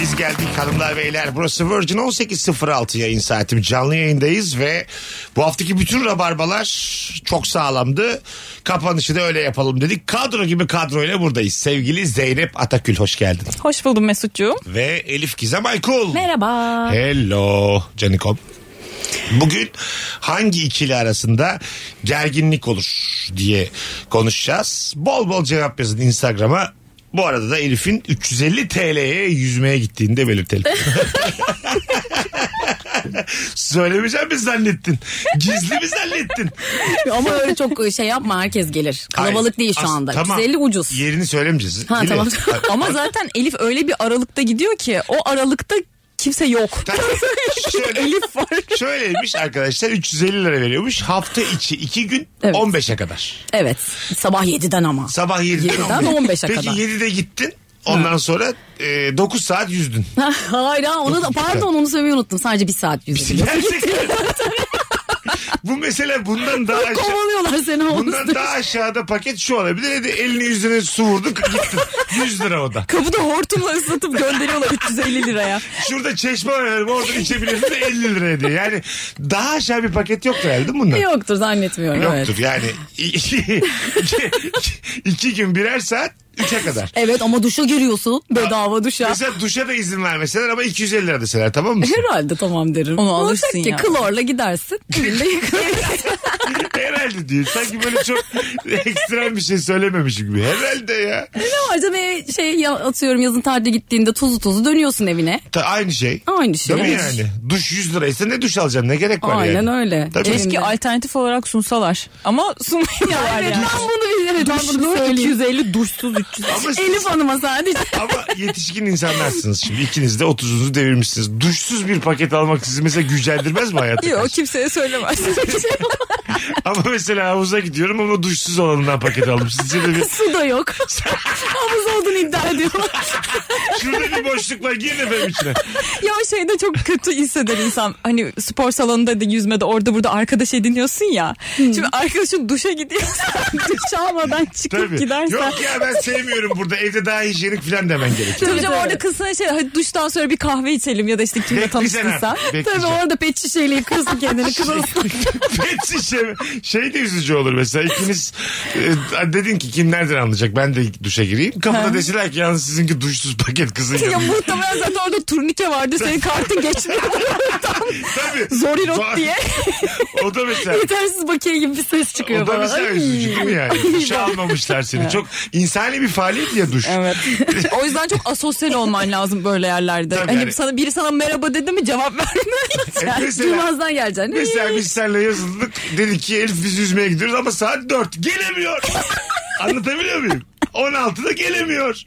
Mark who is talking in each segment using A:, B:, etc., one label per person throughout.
A: Biz geldik hanımlar beyler. Burası Virgin 18.06 yayın saatim. Canlı yayındayız ve bu haftaki bütün rabarbalar çok sağlamdı. Kapanışı da öyle yapalım dedik. Kadro gibi kadroyla buradayız. Sevgili Zeynep Atakül hoş geldin.
B: Hoş buldum Mesut'cuğum.
A: Ve Elif Gizem Aykul.
B: Merhaba.
A: Hello Canikom. Bugün hangi ikili arasında gerginlik olur diye konuşacağız. Bol bol cevap yazın Instagram'a. Bu arada da Elif'in 350 TL'ye yüzmeye gittiğini de belirtelim. Söylemeyeceğim mi zannettin? Gizli mi zannettin?
C: Ama öyle çok şey yapma herkes gelir. Kalabalık değil şu
A: As-
C: anda.
A: tamam.
C: 150 ucuz.
A: Yerini söylemeyeceğiz.
C: Ha,
A: değil mi?
C: tamam.
B: Ama zaten Elif öyle bir aralıkta gidiyor ki o aralıkta kimse yok.
A: Tamam. Şöyle-
B: Elif var.
A: Şöyleymiş arkadaşlar 350 lira veriyormuş. Hafta içi 2 gün
C: Evet.
A: 15'e kadar.
C: Evet. Sabah 7'den ama.
A: Sabah 7'den,
C: 7'den
A: 11'e.
C: 15'e
A: Peki
C: kadar.
A: 7'de gittin. Ondan sonra e, 9 saat yüzdün.
C: Hayır ha, onu da pardon onu söylemeyi unuttum. Sadece bir saat yüzüyor.
A: Gerçekten. Bu mesele bundan daha aşağı.
C: Kovalıyorlar seni o
A: Bundan
C: üstü.
A: daha aşağıda paket şu olabilir. Hadi elini yüzüne su vurdun gittin. 100 lira o da.
B: Kabı da hortumla ıslatıp gönderiyorlar 350 liraya.
A: Şurada çeşme var. Oradan içebilirsin de 50 liraya diye. Yani daha aşağı bir paket yok herhalde değil mi bundan.
C: Yoktur zannetmiyorum. Evet.
A: Yoktur yani. iki, iki- iki gün birer saat 3'e kadar.
C: Evet ama duşa giriyorsun. Bedava duşa.
A: Mesela duşa da izin vermeseler ama 250 lira deseler tamam mı?
C: Herhalde tamam derim.
B: Onu
C: Ne olacak
B: alırsın
C: ki?
B: ya.
C: Klorla gidersin. Elinde yıkarsın.
A: Herhalde diyor. Sanki böyle çok ekstrem bir şey söylememişim gibi. Herhalde ya.
C: ne var canım e, şey ya- atıyorum yazın tatilde gittiğinde tuzlu tuzlu dönüyorsun evine.
A: Ta- aynı şey.
C: Aynı şey.
A: Değil mi
C: Evet.
A: yani? Duş 100 liraysa ne duş alacaksın? Ne gerek var yani?
C: Aynen öyle.
A: Tabii.
C: Eski-
B: Keşke alternatif olarak sunsalar. Ama sunmuyorlar
C: Evet,
B: yani.
C: ben bunu bilirim. Ben bunu
B: Duşlu
C: söyleyeyim.
B: 250 duşsuz 300.
A: Ama, siz-
C: Elif Hanım'a sadece.
A: ama yetişkin insanlarsınız şimdi. İkiniz de 30'unuzu devirmişsiniz. Duşsuz bir paket almak sizi mesela gücendirmez mi hayatta?
B: Yok kimseye söylemez.
A: Ama mesela havuza gidiyorum ama duşsuz olanından paket aldım. Sizce de bir,
C: Su da yok. Havuz olduğunu iddia ediyorlar.
A: şurada bir boşluk var. Girin efendim içine.
B: ya şeyde çok kötü hisseder insan. Hani spor salonunda da yüzmede orada burada arkadaş ediniyorsun ya. Şimdi arkadaşın duşa gidiyorsa duş almadan çıkıp
A: Tabii.
B: gidersen.
A: Yok ya ben sevmiyorum burada. Evde daha hijyenik falan demen gerekiyor.
B: Tabii canım
C: Evet,
B: orada
C: evet.
B: kız sana şey hadi duştan sonra bir kahve içelim ya da işte kimle
A: Bekleyeceksin
B: tanıştıysa.
A: artık,
C: Tabii
A: bekleyeceksin.
C: orada pet şişeyle yıkıyorsun kendini kıvılsın.
A: Pet şişe mi? Şey de üzücü olur mesela ikiniz e, dedin ki kim nereden anlayacak ben de duşa gireyim. Kapıda deseler ki yalnız sizinki duşsuz paket kızın
B: Ya
A: yanında.
B: muhtemelen zaten orada turnike vardı senin kartın geçmiyor.
A: Tabii.
B: Zorilot
A: Ba-
B: diye.
A: O da mesela.
C: Yetersiz bakiye gibi bir ses çıkıyor
A: O da şey.
C: bana.
A: mesela
C: Ay.
A: üzücü değil mi yani? Duşa almamışlar seni. Çok insani bir faaliyet ya duş.
B: Evet. o yüzden çok asosyal olman lazım böyle yerlerde.
A: Tabii
B: hani
A: yani.
B: sana biri sana merhaba dedi mi cevap verme.
A: E, mesela,
C: Duymazdan geleceksin.
A: mesela biz seninle yazıldık. Dedik ki Elif biz yüzmeye gidiyoruz ama saat 4. Gelemiyor. Anlatabiliyor muyum? 16'da gelemiyor.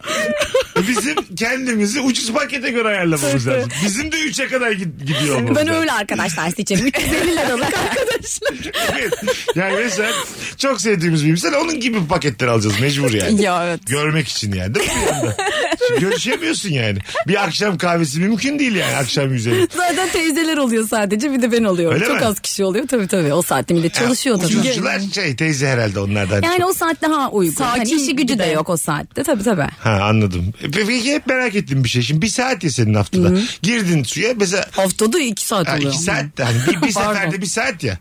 A: E, Bizim kendimizi ucuz pakete göre ayarlamamız lazım. Bizim de 3'e kadar gid- gidiyor olmamız
C: Ben
A: lazım.
C: öyle arkadaşlar seçerim. 350 liralık arkadaşlar.
A: Evet. yani mesela çok sevdiğimiz bir insan onun gibi paketler alacağız mecbur yani.
B: ya evet.
A: Görmek için yani değil mi? bir yandan? Şimdi Görüşemiyorsun yani. Bir akşam kahvesi mümkün değil yani akşam yüzeyi.
C: Zaten teyzeler oluyor sadece bir de ben oluyorum.
A: Öyle
C: Çok
A: mi?
C: az kişi oluyor tabii tabii. O saatte millet çalışıyor tabii.
A: Ucuzcular şey teyze herhalde onlardan.
C: Yani
A: çok.
C: o saat daha uygun.
B: Sakin
C: hani işi gücü
B: bir
C: de
B: de.
C: yok o saatte tabii tabii.
A: Ha anladım. E, Peki hep merak ettim bir şey. Şimdi bir saat ya senin haftada. Girdin suya mesela
C: Haftada iki saat
A: ha,
C: oluyor.
A: iki saat de hani bir, bir
C: Pardon.
A: seferde bir saat ya.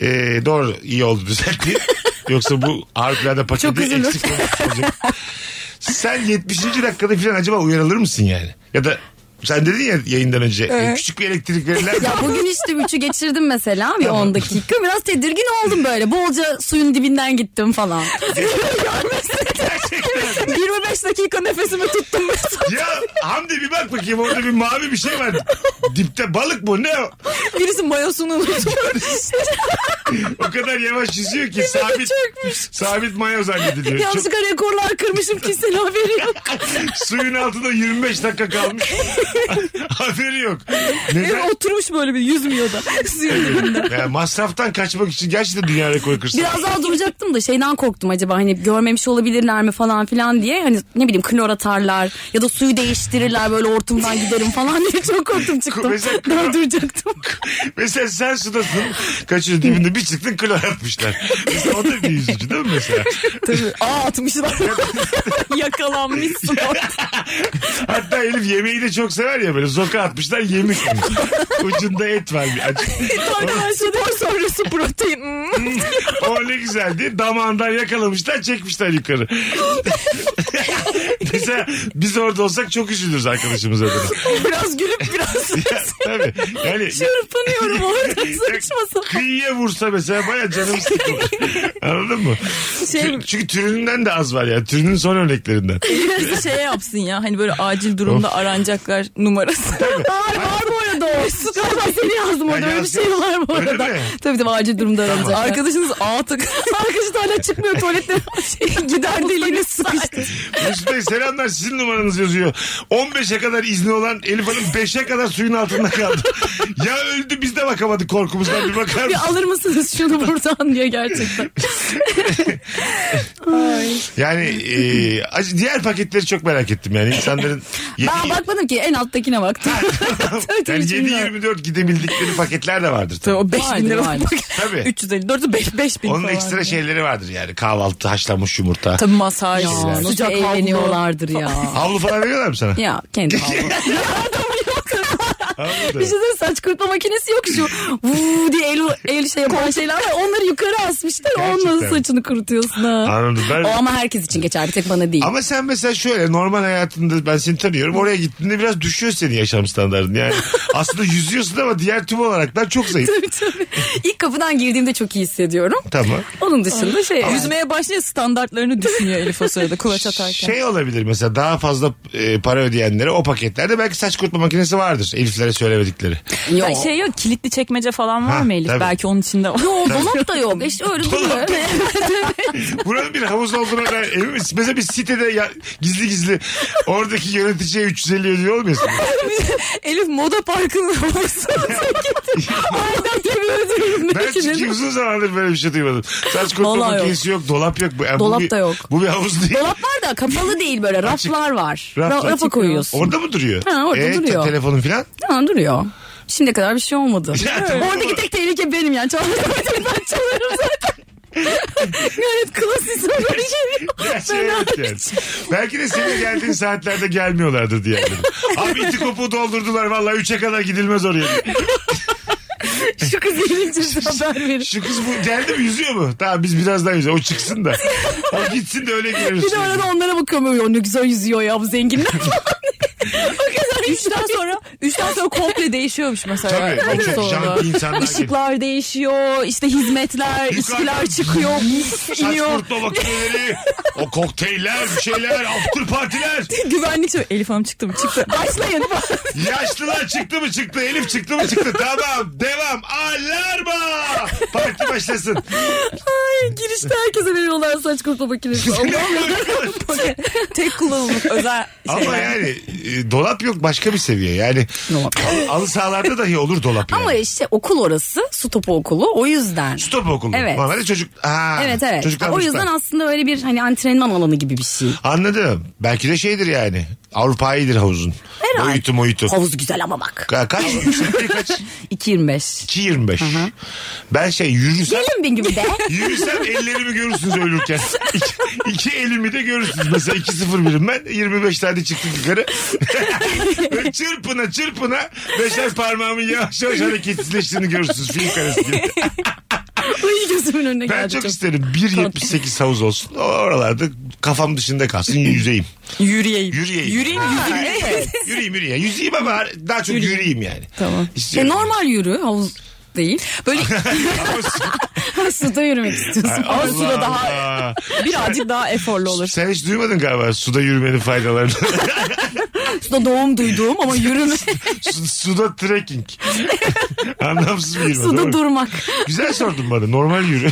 A: E, doğru iyi oldu düzeltti. Yoksa bu harikulade
C: Çok
A: paketi
C: üzülür.
A: eksik olacak. Sen 70. dakikada falan acaba uyanılır mısın yani? Ya da sen dedin ya yayından önce e, küçük bir elektrik verirler.
C: Ya bugün işte üçü geçirdim mesela bir
A: Tamam.
C: 10 dakika. Biraz tedirgin oldum böyle. Bolca suyun dibinden gittim falan.
B: 25 dakika nefesimi tuttum.
A: ya Hamdi bir bak bakayım orada bir mavi bir şey var. Dipte balık bu ne o?
B: Birisi mayosunu unutuyor.
A: O kadar yavaş yüzüyor ki sabit sabit mayo zannediliyor. Çok-
C: Yanlışlıkla rekorlar kırmışım kimsenin haberi yok.
A: suyun altında 25 dakika kalmış. Haberi yok. Neden?
B: Oturmuş böyle bir yüzmüyor da. Suyun dibinde.
A: Ya masraftan kaçmak için gerçekten dünya rekoru kırsın.
C: Biraz daha duracaktım da şeyden korktum acaba hani görmemiş olabilirler mi falan filan diye. Hani ne bileyim klor atarlar ya da suyu değiştirirler böyle hortumdan giderim falan diye çok hortum çıktım.
A: Mesela-
C: Döndürecektim.
A: Mesela sen sudasın kaçıyorsun dibinde bir çıktın klor atmışlar. Mesela o da bir yüzücü değil mi mesela?
C: Tabii. Aa atmışlar.
B: Yakalanmışsın orada.
A: Hatta Elif yemeği de çok sever ya böyle zoka atmışlar yemek. yemiş. Ucunda et var bir acı.
B: Spor sonrası protein. Hmm.
A: O ne güzeldi. Damağından yakalamışlar çekmişler yukarı. Mesela biz orada olsak çok üzülürüz arkadaşımız adına.
C: biraz gülüp biraz
A: Tabii. Yani
C: çırpınıyorum orada saçma sapan.
A: kıyıya vursa mesela baya canım sıkılır. Anladın mı?
C: Şey,
A: Çünkü, çünkü türününden de az var ya. Türünün son örneklerinden.
B: Birisi şey yapsın ya hani böyle acil durumda aranacaklar numarası.
C: Var var bu arada o. Mesut Özil seni yazdım orada.
A: Ya
C: Öyle bir
A: yazdım.
C: şey var bu
A: Öyle
C: arada.
A: mi?
C: Tabii tabii acil durumda aranacak.
B: Arkadaşınız ağa tak
C: Arkadaşı da hala çıkmıyor tuvaletten. Şey, Gider deliğine sıkıştı.
A: Mesut Bey selamlar sizin numaranız yazıyor. 15'e kadar izni olan Elif Hanım 5'e kadar suyun altında kaldı. ya öldü biz de bakamadık korkumuzdan bir bakar
C: Bir
A: mısın?
C: alır mısınız şunu buradan diye gerçekten.
A: Şey- Yani e, ac- diğer paketleri çok merak ettim yani insanların yedi-
C: Ben bakmadım ki en alttakine baktım.
A: yani
C: hiç
A: 7-24 gidebildikleri paketler de vardır tabii.
B: o 5000 lira.
C: Vardır, vardır.
A: Tabii.
B: 350 4 5 5000
A: Onun
B: falan.
A: ekstra şeyleri vardır yani kahvaltı haşlanmış yumurta.
B: Tabii masaj,
C: Ya, nasıl
B: sıcak havlu.
C: eğleniyorlardır ya.
A: Havlu falan veriyorlar mı sana?
C: ya kendi havlu.
A: Havlu da.
C: Bir şey söyleyeyim, saç kurutma makinesi yok şu. Vuu diye el, el şey yapan şeyler var. Onları yukarı asmışlar.
A: Gerçekten.
C: Onunla saçını kurutuyorsun ha.
A: Anladım ben.
C: O ama herkes için geçer. Bir tek bana değil.
A: Ama sen mesela şöyle normal hayatında ben seni tanıyorum oraya gittiğinde biraz düşüyor senin yaşam standartın yani. aslında yüzüyorsun ama diğer tüm olaraktan çok zayıf.
C: Tabii, tabii. İlk kapıdan girdiğimde çok iyi hissediyorum.
A: tamam.
C: Onun dışında şey.
B: Yüzmeye başlayınca standartlarını düşünüyor Elif o sırada kulaç atarken.
A: Şey olabilir mesela daha fazla e, para ödeyenlere o paketlerde belki saç kurutma makinesi vardır. Eliflere söylemedikleri.
C: Yok.
B: Ay, şey yok kilitli çekmece falan var
A: Ha,
B: mı Elif?
A: tabii.
B: Belki onun içinde var.
C: Yo, dolap da yok. İşte öyle duruyor. Hani
A: Buranın bir havuz olduğuna ben emin misin? Mesela bir sitede ya- gizli gizli oradaki yöneticiye 350 ödüyor olmuyorsun.
B: Elif moda parkının havuzuna
C: Aynen yemin ediyorum.
A: Ben çünkü uzun zamandır böyle bir şey duymadım. Saç kurutma
C: Vallahi yok.
A: makinesi yok. dolap yok. Yani bu
C: Dolap
A: bir-
C: da yok.
A: Bu bir havuz değil.
C: Dolap var da kapalı değil böyle. Raflar var.
A: Raf-
C: Ra-
A: açık
C: rafa
A: yok.
C: koyuyorsun.
A: Orada mı duruyor?
C: Ha, orada
A: te-
C: duruyor.
A: Telefonun filan.
C: Tamam duruyor. Şimdiye kadar bir şey olmadı.
A: Ya, tamam.
C: Oradaki tek tehlike benim yani. Çalmak ben çalarım zaten. Gayet klasik böyle şey.
A: Gerçi evet yani. Belki de senin geldiğin saatlerde gelmiyorlardır diye. Abi iti kopu doldurdular vallahi 3'e kadar gidilmez oraya.
C: Şu kız gelince haber verir.
A: Şu kız bu geldi mi yüzüyor mu? Tamam biz biraz daha yüzüyor. O çıksın da. O gitsin de öyle gireriz.
C: Bir de arada onlara bakıyorum. "Yo, Ne güzel yüzüyor ya bu zenginler.
B: Üçten sonra üçten sonra komple değişiyormuş mesela.
A: Tabii. O
B: Havuz
A: çok
B: sonra.
A: canlı insanlar geliyor.
B: Işıklar değişiyor, işte hizmetler, içkiler çıkıyor, mis
A: Saç
B: iniyor.
A: kurutma makineleri, o kokteyller, bir şeyler, after partiler.
B: Güvenlik şey. Elif Hanım çıktı mı? Çıktı.
C: Başlayın.
A: Yaşlılar çıktı mı çıktı, Elif çıktı mı çıktı. Tamam, devam. Alarma! Parti başlasın.
C: Girişte herkese veriyorlar saç kurutma makinesi.
B: Tek kullanımlık özel
A: Ama yani e, dolap yok başka bir seviye. Yani al- halı sahalarda dahi olur dolap yani.
C: Ama işte okul orası. Su topu okulu. O yüzden.
A: Stop okulu.
C: Evet.
A: Normalde çocuk. Ha,
C: Evet evet.
A: Çocuklar
C: o yüzden
A: çocuklar.
C: aslında öyle bir hani antrenman alanı gibi bir şey.
A: Anladım. Belki de şeydir yani. Avrupa'yıdır havuzun.
C: Herhalde.
A: Boyutu moyutu.
C: Havuz güzel ama bak.
A: Ka- kaç? Yüksekliği kaç?
C: 2.25.
A: 2.25. Ben şey yürüsem
C: Gelin bir gibi de.
A: yürüsem ellerimi görürsünüz ölürken. İki, iki elimi de görürsünüz. Mesela 2.01'im ben. 25 tane çıktık yukarı. Ve çırpına çırpına beşer parmağımın yavaş yavaş hareketsizleştiğini görürsünüz. Film karesi gibi.
C: Ay gözümün önüne
A: Ben
C: geldi.
A: çok isterim. 1.78 havuz olsun. Oralarda kafam dışında kalsın. Yüzeyim.
B: yürüyeyim.
A: Yürüyeyim.
B: Yürüyeyim, yüzeyim.
A: Yürüyeyim yürüyeyim. Yüzeyim ama daha çok yürüyeyim, yani.
B: Tamam.
C: E,
A: İstiyorum.
C: normal yürü havuz değil.
B: Böyle
C: Suda yürümek istiyorsun.
B: Ama
A: Allah
B: suda daha-
A: Allah.
B: birazcık daha eforlu olur.
A: Sen hiç duymadın galiba suda yürümenin faydalarını.
C: Suda doğum duyduğum ama yürüme.
A: Su- suda trekking. Anlamsız bir yürüme. değil mi?
C: Suda durmak.
A: Güzel sordun bana. Normal yürü.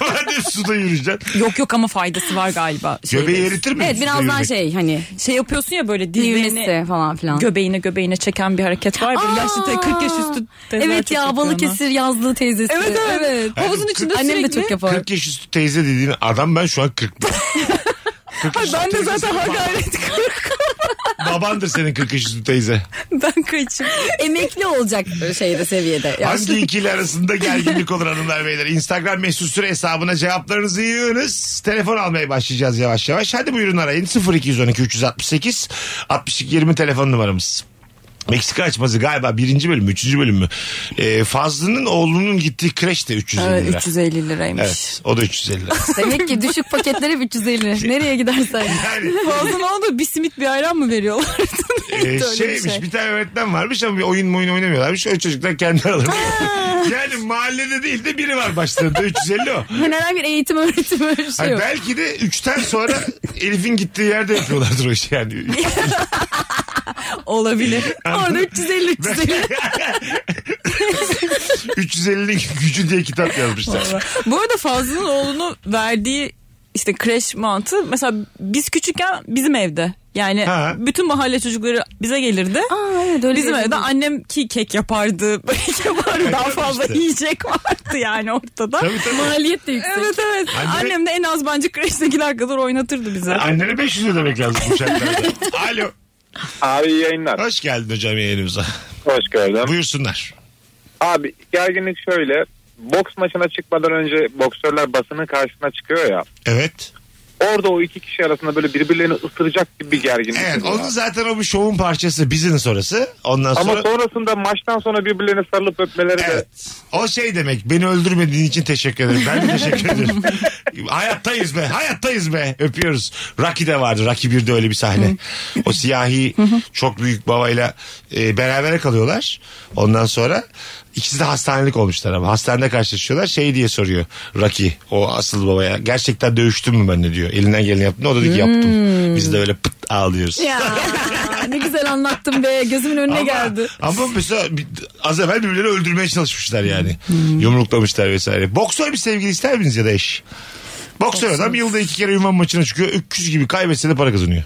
A: Madem suda yürüyeceksin.
B: Yok yok ama faydası var galiba. Şey,
A: Göbeği eritir mi?
C: Evet
A: suda
C: birazdan
A: yürümek?
C: şey hani
B: şey yapıyorsun ya böyle dizlerini
C: düğmesi falan filan.
B: göbeğine göbeğine çeken bir hareket var. Böyle yaşlı te- 40 yaş üstü teyzeler
C: Evet
B: çok
C: ya
B: yapıyor onu.
C: Balıkesir yazlığı teyzesi.
B: Evet evet. Havuzun
A: Kırk-
B: içinde
C: Annem de
B: sürekli.
C: çok yapar.
A: 40 yaş üstü teyze dediğin adam ben şu an 40. 40 yaş üstü
B: ben de
A: teyzesi
B: zaten
A: falan.
B: hakaret
A: Babandır senin 43 teyze.
B: Ben kaçayım.
C: Emekli olacak şeyde seviyede.
A: Hangi
C: Yaşlı.
A: ikili arasında gerginlik olur hanımlar beyler? Instagram mesut süre hesabına cevaplarınızı yığınız. Telefon almaya başlayacağız yavaş yavaş. Hadi buyurun arayın 0212 368 62 20 telefon numaramız. Meksika açması galiba birinci bölüm mü, üçüncü bölüm mü? Ee, Fazlı'nın oğlunun gittiği kreş de 350
B: Evet
A: lira.
B: 350 liraymış.
A: Evet o da 350 lira.
C: Demek ki düşük paketlere
A: Şey-
C: 350. Nereye gidersen.
A: Yani
B: Fazla ne oldu? Bir simit bir ayran mı veriyorlar?
A: e,
B: Öyle bir
A: şeymiş bir,
B: şey.
A: tane öğretmen varmış ama bir oyun oyun oynamıyorlarmış. O çocuklar kendi aralarında. yani mahallede değil de biri var başlarında 350 o.
C: Hani herhangi bir eğitim öğretim öyle bir şey
A: Hayır,
C: yok.
A: belki de 3'ten sonra Elif'in gittiği yerde yapıyorlardır o işi yani.
B: Olabilir.
C: Orada 350 350.
A: 350'nin gücü diye kitap yazmışlar.
B: Bu arada Fazlı'nın oğlunu verdiği işte kreş mantığı mesela biz küçükken bizim evde. Yani
A: Ha.
B: bütün mahalle çocukları bize gelirdi.
C: Aa, evet, öyle
B: Bizim
C: bir-
B: evde annem ki kek yapardı, börek yapardı, daha fazla
A: İşte.
B: yiyecek vardı yani ortada.
A: Tabii tabii.
C: Maliyet de yüksek.
B: Evet evet.
A: Anne-
B: Annem de en az bence kreştekiler kadar oynatırdı bize.
A: Annene 500 ödemek lazım bu şartlarda. Alo.
D: Abi iyi yayınlar.
A: Hoş geldin hocam yayınımıza.
D: Hoş gördüm.
A: Buyursunlar.
D: Abi gerginlik şöyle. Boks maçına çıkmadan önce boksörler basının karşısına çıkıyor ya.
A: Evet.
D: Orada o iki kişi arasında böyle birbirlerini ısıracak gibi bir gerginlik.
A: Evet.
D: oluyor.
A: Onun zaten o bir şovun parçası. Business orası. Ondan
D: Ama
A: sonra...
D: sonrasında maçtan sonra birbirlerini sarılıp öpmeleri de
A: Evet. O şey demek beni öldürmediğin için teşekkür ederim. Ben de teşekkür ederim. hayattayız be hayattayız be öpüyoruz. Rocky de vardı Rocky 1'de öyle bir sahne. o siyahi çok büyük babayla e, berabere kalıyorlar. Ondan sonra ikisi de hastanelik olmuşlar ama hastanede karşılaşıyorlar. Şey diye soruyor Rocky o asıl babaya gerçekten dövüştün mü ben de diyor. Elinden geleni yaptın o da diyor ki yaptım. Biz de öyle pıt ağlıyoruz.
C: Ya ne güzel anlattın be. Gözümün önüne geldi.
A: Ama mesela bir- az evvel birbirlerini öldürmeye çalışmışlar yani. Yumruklamışlar vesaire. Boksör bir sevgili ister misiniz ya da eş? Boksör adam yılda iki kere ünvan maçına çıkıyor. Öküz gibi kaybetse de para kazanıyor.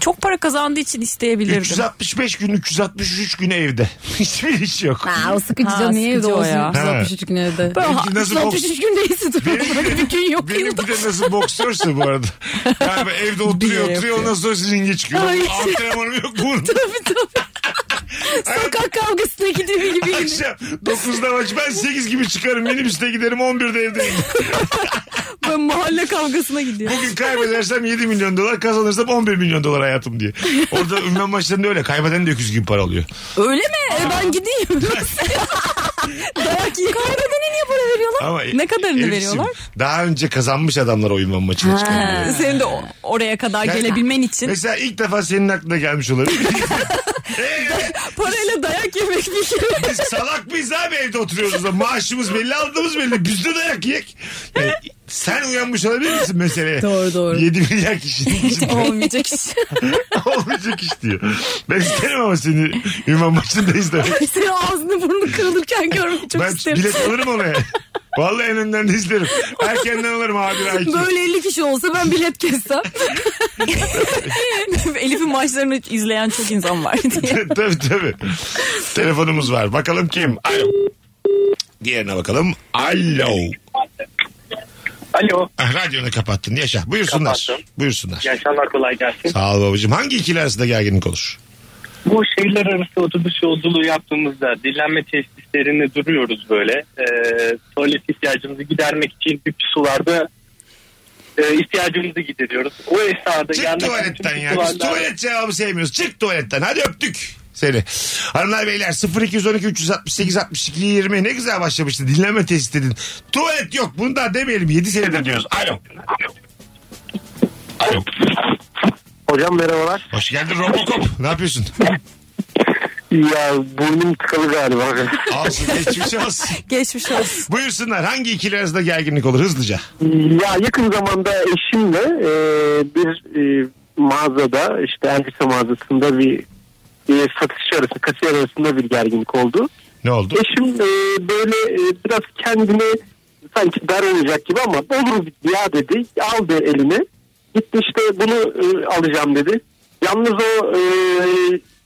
B: Çok para kazandığı için isteyebilirdim.
A: 365 gün 363 gün evde. Hiçbir iş yok.
C: Aa, o sıkıcı
B: Ha,
C: canım niye evde
B: sıkıcı o
C: olsun
B: ya.
C: 363 gün evde.
A: Benimki nasıl boks-
C: 363 gün değilse durum. Bir gün yok
A: Benim
C: yılda.
A: bir de nasıl boksörse bu arada. Yani evde
B: yere
A: oturuyor oturuyor
B: yapıyor.
A: ondan sonra ringe çıkıyor.
C: Ay.
A: Antrenmanım yok bunun.
C: Sokak kavgasına gidiyor gibi.
A: Akşam 9'da maç ben 8 gibi çıkarım minibüste giderim 11'de evdeyim.
B: Böyle mahalle kavgasına gidiyor.
A: Bugün kaybedersem 7 milyon dolar kazanırsam 11 milyon dolar hayatım diye. Orada ünlem maçlarında öyle. Kaybeden de öküz gibi para alıyor.
C: Öyle mi? E, ben gideyim. Dayak yiyeyim. Kaybeden'e niye para veriyorlar?
A: Ama
B: Ne kadarını
A: Elif'ciğim,
B: veriyorlar?
A: Daha önce kazanmış adamlar o ünvan maçına çıkıyor.
B: Senin de o- oraya kadar
A: Yani-
B: gelebilmen için
A: Mesela ilk defa senin aklına gelmiş olabilir. Ee,
B: parayla dayak yemek bir şey.
A: Biz salak mıyız abi evde oturuyoruz da maaşımız belli aldığımız belli biz de dayak yiyek. Yani sen uyanmış olabilir misin meseleye?
C: Doğru, doğru.
A: 7 milyar kişinin içinde
C: Olmayacak iş.
A: olmayacak iş diyor. Ben isterim ama seni ünvan maçında izlemek.
C: Senin ağzını burnunu kırılırken görmek çok
A: ben
C: isterim.
A: bilet alırım ona. ya. Vallahi en önden de izlerim. Erkenden alırım abi IQ.
C: Böyle 50 kişi olsa ben bilet kessem.
B: Elif'in maçlarını izleyen çok insan var diye.
A: tabii tabii. Telefonumuz var. Bakalım kim? Alo. Diğerine bakalım. Alo.
E: Alo.
A: Ah, radyonu kapattın. Yaşa. Buyursunlar.
E: Kapattım.
A: Buyursunlar.
E: İyi akşamlar kolay gelsin.
A: Sağ ol babacığım. Hangi ikili arasında gerginlik olur?
E: Bu şehirler arası otobüs yolculuğu yaptığımızda dinlenme tesislerinde duruyoruz böyle. Ee, tuvalet ihtiyacımızı gidermek için bir sularda e, ihtiyacımızı gideriyoruz. O esnada
A: Çık
E: yanındaki
A: tuvaletten
E: bütün
A: ya. Biz
E: sulardan-
A: tuvalet cevabı sevmiyoruz. Çık tuvaletten. Hadi öptük seni. Hanımlar beyler 0212 368 62 20 ne güzel başlamıştı. Dinlenme test dedin. Tuvalet yok. Bunu daha demeyelim. 7 senedir diyoruz. Alo. Alo.
F: Hocam merhabalar.
A: Hoş geldin Robocop. Ne yapıyorsun?
F: Ya burnum tıkalı galiba.
A: Olsun geçmiş olsun.
B: Geçmiş olsun.
A: Buyursunlar hangi ikili arasında gerginlik olur hızlıca?
F: ya yakın zamanda eşimle e, bir e, mağazada işte elbise mağazasında bir e, satışçı arası kasiyer arasında bir gerginlik oldu.
A: Ne oldu?
F: Eşim e, böyle e, biraz kendini sanki dar olacak gibi ama olur ya dedi. Aldı elini. Gitti işte bunu e, alacağım dedi. Yalnız o e,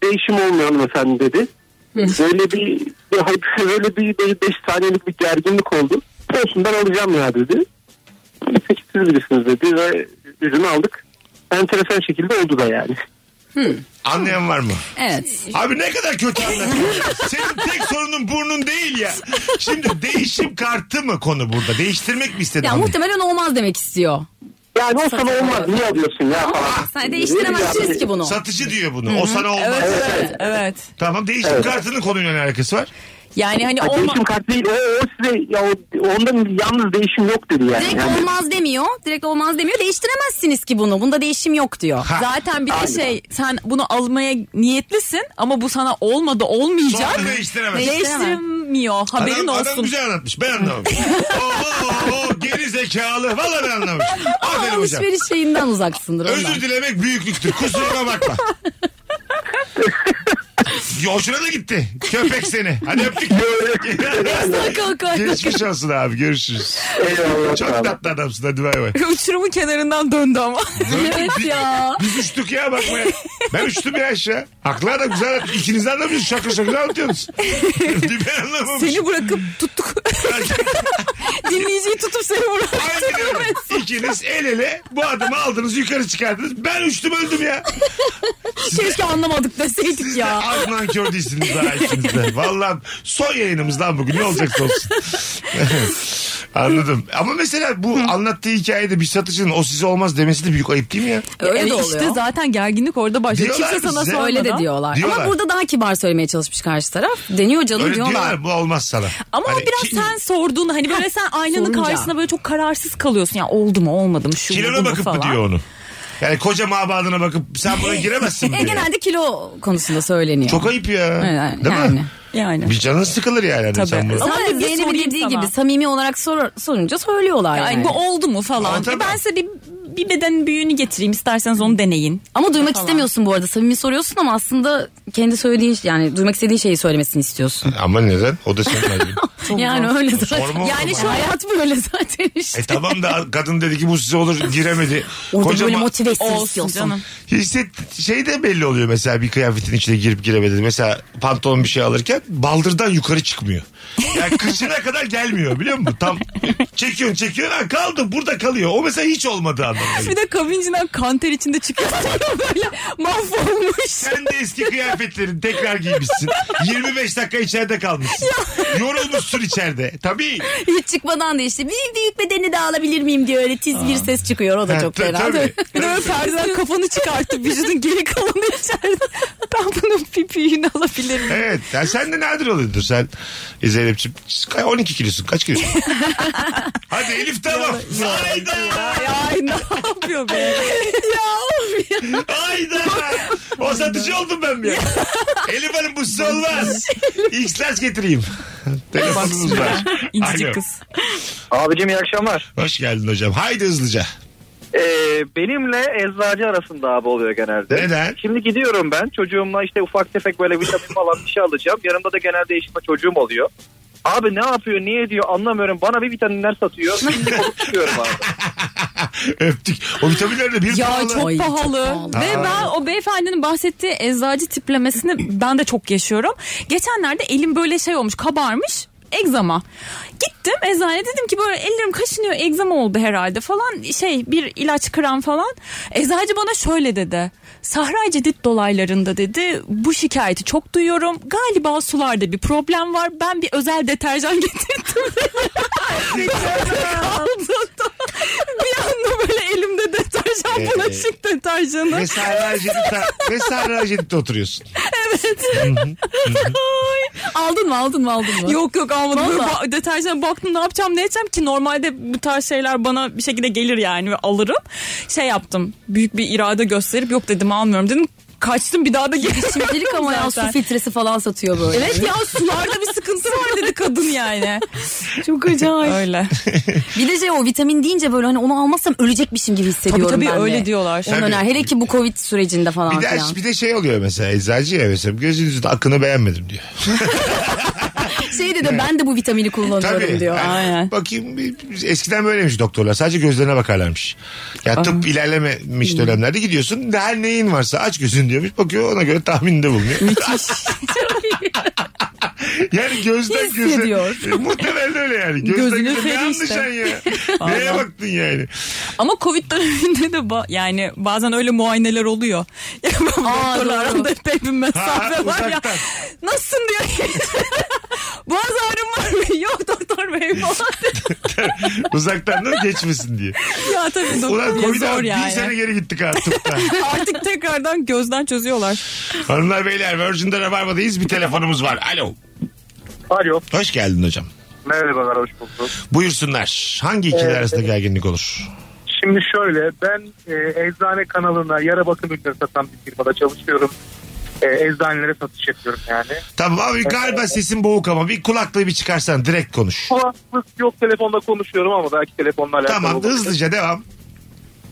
F: değişim olmuyor hanımefendi dedi. böyle bir böyle bir 5 saniyelik bir gerginlik oldu. Olsun ben alacağım ya dedi. Peki siz bilirsiniz dedi ve ürünü aldık. Enteresan şekilde oldu da yani.
A: Anlayan var mı?
C: Evet.
A: Abi ne kadar kötü anlatıyorsun. Senin tek sorunun burnun değil ya. Şimdi değişim kartı mı konu burada? Değiştirmek mi istedin?
C: Ya
A: hanım?
C: muhtemelen olmaz demek istiyor.
F: Yani o sana olmaz niye alıyorsun ya falan.
C: Sen değiştiremezsiniz ki bunu.
A: Satıcı diyor bunu. O sana olmaz.
B: Evet, evet, evet.
A: Tamam değişim kartının konuyla ne alakası var?
B: Yani hani
F: Ya
B: olma...
F: değişim kartı değil. O, o size ya, o- ondan yalnız değişim yok dedi yani.
C: Direkt
F: yani
C: olmaz demiyor. Direkt olmaz demiyor. Değiştiremezsiniz ki bunu. Bunda değişim yok diyor.
A: Ha.
B: Zaten bir de şey sen bunu almaya niyetlisin ama bu sana olmadı olmayacak.
A: Sonra değiştiremez.
B: Değiştirmiyor haberin
A: adam,
B: olsun.
A: adam güzel anlatmış. Ben anlamamış. oho, oho, geri zekalı. Valla ben anlamamışım. Aferin hocam.
C: Alışveriş şeyinden uzaksındır ondan.
A: Özür dilemek büyüklüktür. Kusuruma bakma. Ya Hoşuna da gitti. Köpek seni. Hadi öptük.
C: Kalk, kalk, kalk.
A: Geçmiş olsun abi. Görüşürüz.
F: Eyvallah.
A: Çok tatlı adamsın. Hadi bay bay.
B: Uçurumun kenarından döndü ama.
C: Evet ya.
A: Biz uçtuk ya bakmaya. Ben uçtum ya aşağı. Haklı adam güzel anlatmış. İkiniz de anlamışsınız. Şakır şakır anlatıyorsunuz. ben anlamamışım.
B: Seni bırakıp tuttuk. Dinleyiciyi tutup seni bıraktık.
A: Aynen öyle. İkiniz el ele bu adımı aldınız yukarı çıkardınız. Ben uçtum öldüm ya.
C: Keşke anlamadık deseydik ya.
A: Az nankör değilsiniz daha ikiniz de. Valla son yayınımız lan bugün ne olacaksa olsun. Anladım. Ama mesela bu anlattığı hikayede bir satıcının o size olmaz demesi de büyük ayıp değil mi ya?
C: Öyle de oluyor.
B: İşte zaten gerginlik orada başlıyor.
A: Diyorlar
B: Kimse sana
A: bize.
B: sormadan.
C: Öyle de diyorlar.
A: Diyorlar.
C: Ama burada daha kibar söylemeye çalışmış karşı taraf. Deniyor canım
A: Öyle
C: diyorlar.
A: diyorlar. bu olmaz sana.
B: Ama o
A: Hani
B: biraz
A: ki-
B: sen sorduğun hani böyle sen aynanın
C: sorunca.
B: karşısında böyle çok kararsız kalıyorsun. Ya oldu mu olmadı mı şu
A: Kilona
B: oldu mu
A: bakıp
B: falan.
A: mı diyor onu? Yani koca mabadına bakıp sen buna giremezsin mi?
C: E,
A: diyor?
C: genelde kilo konusunda söyleniyor.
A: Çok ayıp ya.
C: Evet,
A: Değil mi?
C: yani.
B: Yani.
A: Bir canın sıkılır yani. hani
B: Tabii.
A: Sen buna.
C: Ama
B: Ama bir
C: Zeynep'in
B: sorayım
C: dediği
B: sana.
C: gibi samimi olarak sor, sorunca söylüyorlar yani.
B: Yani, bu oldu mu falan.
A: Ama tabii.
B: E ben size bir, bir beden büyüğünü getireyim isterseniz onu deneyin.
C: Ama duymak istemiyorsun bu arada. Samimi soruyorsun ama aslında kendi söylediğin yani duymak istediğin şeyi söylemesini istiyorsun.
A: Ama neden? O da senin acın.
C: yani öyle zaten.
A: Sorma oğlum.
C: yani şu hayat böyle zaten işte.
A: E tamam da kadın dedi ki bu size olur giremedi.
C: Orada böyle
A: E, Kocaman
C: motive etsin
B: Olsun
C: istiyorsun.
B: canım.
A: hisset şey de belli oluyor mesela bir kıyafetin içine girip giremedi. Mesela pantolon bir şey alırken baldırdan yukarı çıkmıyor. Yani kışına kadar gelmiyor biliyor musun? Tam çekiyorsun çekiyorsun ha kaldı burada kalıyor. O mesela hiç olmadı anlamına.
B: Bir
A: geliyor.
B: de kabincinden kanter içinde çıkıyor. böyle mahvolmuş.
A: Sen de eski kıyafetlerini tekrar giymişsin. 25 dakika içeride kalmışsın. Yorulmuşsun içeride. Tabii.
C: Hiç çıkmadan da işte büyük büyük bedeni de alabilir miyim diye öyle tiz bir ses çıkıyor. O da
A: Ha,
C: çok
A: ta-
C: fena.
A: tabii.
B: Bir de böyle perdeden kafanı çıkartıp vücudun geri kalanı içeride. Ben bunun pipiğini alabilir miyim?
A: Evet. Yani sen de nadir oluyordur sen e, Zeynep'ciğim. 12 kilosun. Kaç kilosun? Hadi Elif tamam. Hayda.
B: Ay ne yapıyor be?
A: Hayda. O satıcı oldum ben bir. an. Elif Hanım bu size olmaz. X-Lash getireyim. Telefonunuz var.
B: İnci
A: Alo.
B: kız.
E: Abicim iyi akşamlar. Ee,
A: Hoş geldin hocam. Haydi hızlıca.
E: benimle eczacı arasında abi oluyor genelde.
A: Neden?
E: Şimdi gidiyorum ben çocuğumla işte ufak tefek böyle vitamin falan bir şey alacağım. Yanımda da genelde eşime çocuğum oluyor. Abi ne yapıyor niye diyor anlamıyorum bana bir vitaminler satıyor. Şimdi konup çıkıyorum abi.
A: Öptük. O vitaminler de bir
B: Ya
A: pahalı.
B: çok
C: Ay, çok
B: pahalı.
C: pahalı.
B: Ve ben o beyefendinin bahsettiği eczacı tiplemesini ben de çok yaşıyorum. Geçenlerde elim böyle şey olmuş kabarmış. Egzama. Gittim eczaneye dedim ki böyle ellerim kaşınıyor egzama oldu herhalde falan şey bir ilaç kıran falan. Eczacı bana şöyle dedi. Sahra cedid dolaylarında dedi bu şikayeti çok duyuyorum. Galiba sularda bir problem var. Ben bir özel deterjan getirdim. dedi. Aldım. bir anda böyle elimde deterjan
A: Ee,
B: bulaşık deterjanı.
A: Ve Sarra Arjent'te- ve Sarra Arjent'te oturuyorsun.
C: Aldın mı aldın mı aldın mı?
B: Yok yok almadım. Böyle
C: Vallahi.
B: ba- deterjana baktım ne yapacağım ne edeceğim ki normalde bu tarz şeyler bana bir şekilde gelir yani ve alırım. Şey yaptım büyük bir irade gösterip yok dedim almıyorum dedim kaçtım bir daha da gelişim.
C: Şimdilik ama ya su
B: Zaten.
C: filtresi falan satıyor böyle.
B: Evet ya sularda bir sıkıntı var dedi kadın yani. Çok acayip. Öyle.
C: Bir de şey o vitamin deyince böyle hani onu almazsam ölecekmişim gibi hissediyorum
B: tabii,
C: ben de.
B: öyle diyorlar.
C: Onun
A: Tabii.
C: öner- Hele ki bu covid sürecinde falan
A: Bir de,
C: filan.
A: bir de şey oluyor mesela eczacı ya mesela gözünüzün akını beğenmedim diyor.
C: Şey dedi ben de bu vitamini kullanıyorum
A: Tabii.
C: diyor.
A: Yani
B: Aynen.
A: Bakayım bir- eskiden böyleymiş doktorlar. Sadece gözlerine bakarlarmış. Ya tıp
B: Hmm.
A: ilerlememiş dönemlerde gidiyorsun. Her neyin varsa aç gözün diyormuş. Bakıyor ona göre tahminde bulunuyor. Yani gözden göze.
B: Hissediyor.
A: E, Muhtemelen öyle yani. Gözden
B: Gözünün
A: göze. Ne
B: feri işte.
A: anlayacaksın ya? Neye baktın yani?
B: Ama Covid döneminde de ba- yani bazen öyle muayeneler oluyor. Ya ben doktorla
C: doğru.
B: aramda epey bir mesafe
A: Ha,
B: var ya.
A: uzaktan.
B: Nasılsın diyor. Boğaz ağrım var mı? Yok doktor bey falan.
A: Uzaktan da geçmesin diye.
B: ya tabii
A: Ulan
B: doktor ya,
A: Covid'e
B: zor
A: bir
B: yani.
A: sene geri gittik ha tıpta.
B: Artık tekrardan gözden çözüyorlar.
A: Hanımlar beyler Virgin'de Rabarba'dayız. Bir telefonumuz var. Alo.
D: Alo.
A: Hoş geldin hocam.
D: Merhabalar hoş bulduk.
A: Buyursunlar. Hangi ikili
D: Evet.
A: arasında gerginlik olur?
D: Şimdi şöyle ben e, eczane kanalına yara bakım ürünleri satan bir firmada çalışıyorum. E, eczanelere satış yapıyorum yani.
A: Tamam abi galiba sesin boğuk ama bir kulaklığı bir çıkarsan direkt konuş.
D: Kulaklık yok telefonda konuşuyorum ama belki telefonla alakalı.
A: Tamam
D: olabilir.
A: hızlıca devam.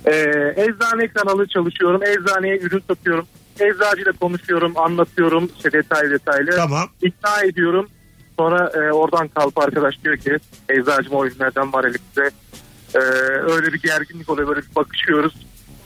D: E, eczane kanalı çalışıyorum. Eczaneye ürün satıyorum. Eczacıyla konuşuyorum, anlatıyorum işte detaylı detaylı.
A: Tamam.
D: İkna ediyorum. Sonra e, oradan kalp arkadaş diyor ki eczacım o ürünlerden var elimizde. E, öyle bir gerginlik oluyor böyle bir bakışıyoruz.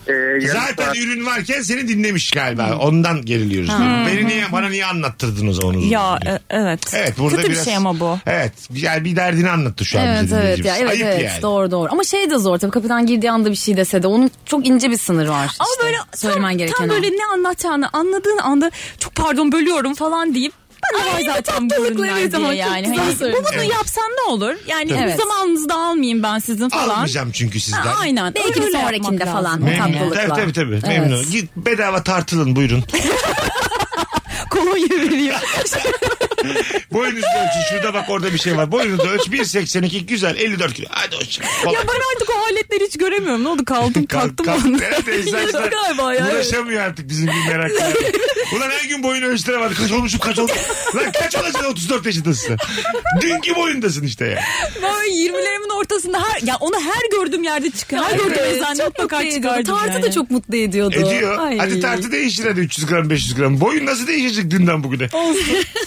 D: E, yarım
A: Zaten
D: saat-
A: ürün varken seni dinlemiş galiba. Ondan geriliyoruz. Beni niye bana niye anlattırdınız onu?
B: Ya e- evet.
A: Evet burada
B: Kötü
A: biraz,
B: bir şey ama bu.
A: Evet yani bir derdini anlattı şu an
C: Evet
A: bize
C: evet ya
A: dinleyicimiz.
C: evet
A: Ayıp
C: evet
A: yani.
C: doğru doğru ama şey de zor tabii kapıdan girdiği anda bir şey dese de onun çok ince bir sınırı var.
B: Ama
C: işte,
B: böyle
C: söylemen
B: tam,
C: gereken
B: tam
C: o.
B: böyle ne anlatacağını anladığın anda çok pardon bölüyorum falan deyip bana var zaten bu
C: tatlılıkla
B: ürünler
C: evet
B: diye
C: ama çok
B: yani.
C: güzel
B: Hani
C: söyledin.
B: bunu
A: Evet.
B: yapsan ne olur? Yani
C: Evet.
B: zamanınızı da almayayım ben sizin falan.
A: Almayacağım çünkü sizden.
B: Ha, aynen.
C: Belki bir
B: Öyle yapmak
C: sonrakinde
B: lazım.
C: falan.
B: Memnun.
C: Tam dolu.
A: Tabii
C: Mutlulukla.
A: tabii tabii.
C: Evet.
A: Memnun. Git bedava tartılın buyurun.
B: Kolonya veriyor.
A: Boyunuzu ölçün. Şurada bak orada bir şey var. Boyunuzu ölç. 1.82 güzel. 54 kilo. Hadi hoşçakal. Kolay.
B: ya ben artık o aletleri hiç göremiyorum. Ne oldu kaldım
A: Kalk-
B: kalktım.
A: kalk-
B: ben.
A: Nerede eczacılar?
B: Galiba ya. evet.
A: Uğraşamıyor artık bizim gibi meraklı. Ulan her gün boyunu ölçtüremedik. Kaç olmuşum kaç olmuş. Lan kaç olacaksın 34 yaşındasın. Dünkü boyundasın işte ya.
B: Böyle 20'lerimin ortasında her ya onu her gördüğüm yerde çıkıyor. Her gördüğüm
C: Evet,
B: eczanede
C: çok
B: mutlaka
C: mutlu ediyordu.
B: çıkardım
C: Tartı
B: yani.
C: da çok mutlu ediyordu.
A: Ediyor.
C: Ay.
A: Hadi tartı değiştir hadi 300 gram 500 gram. Boyun nasıl değişecek dünden bugüne?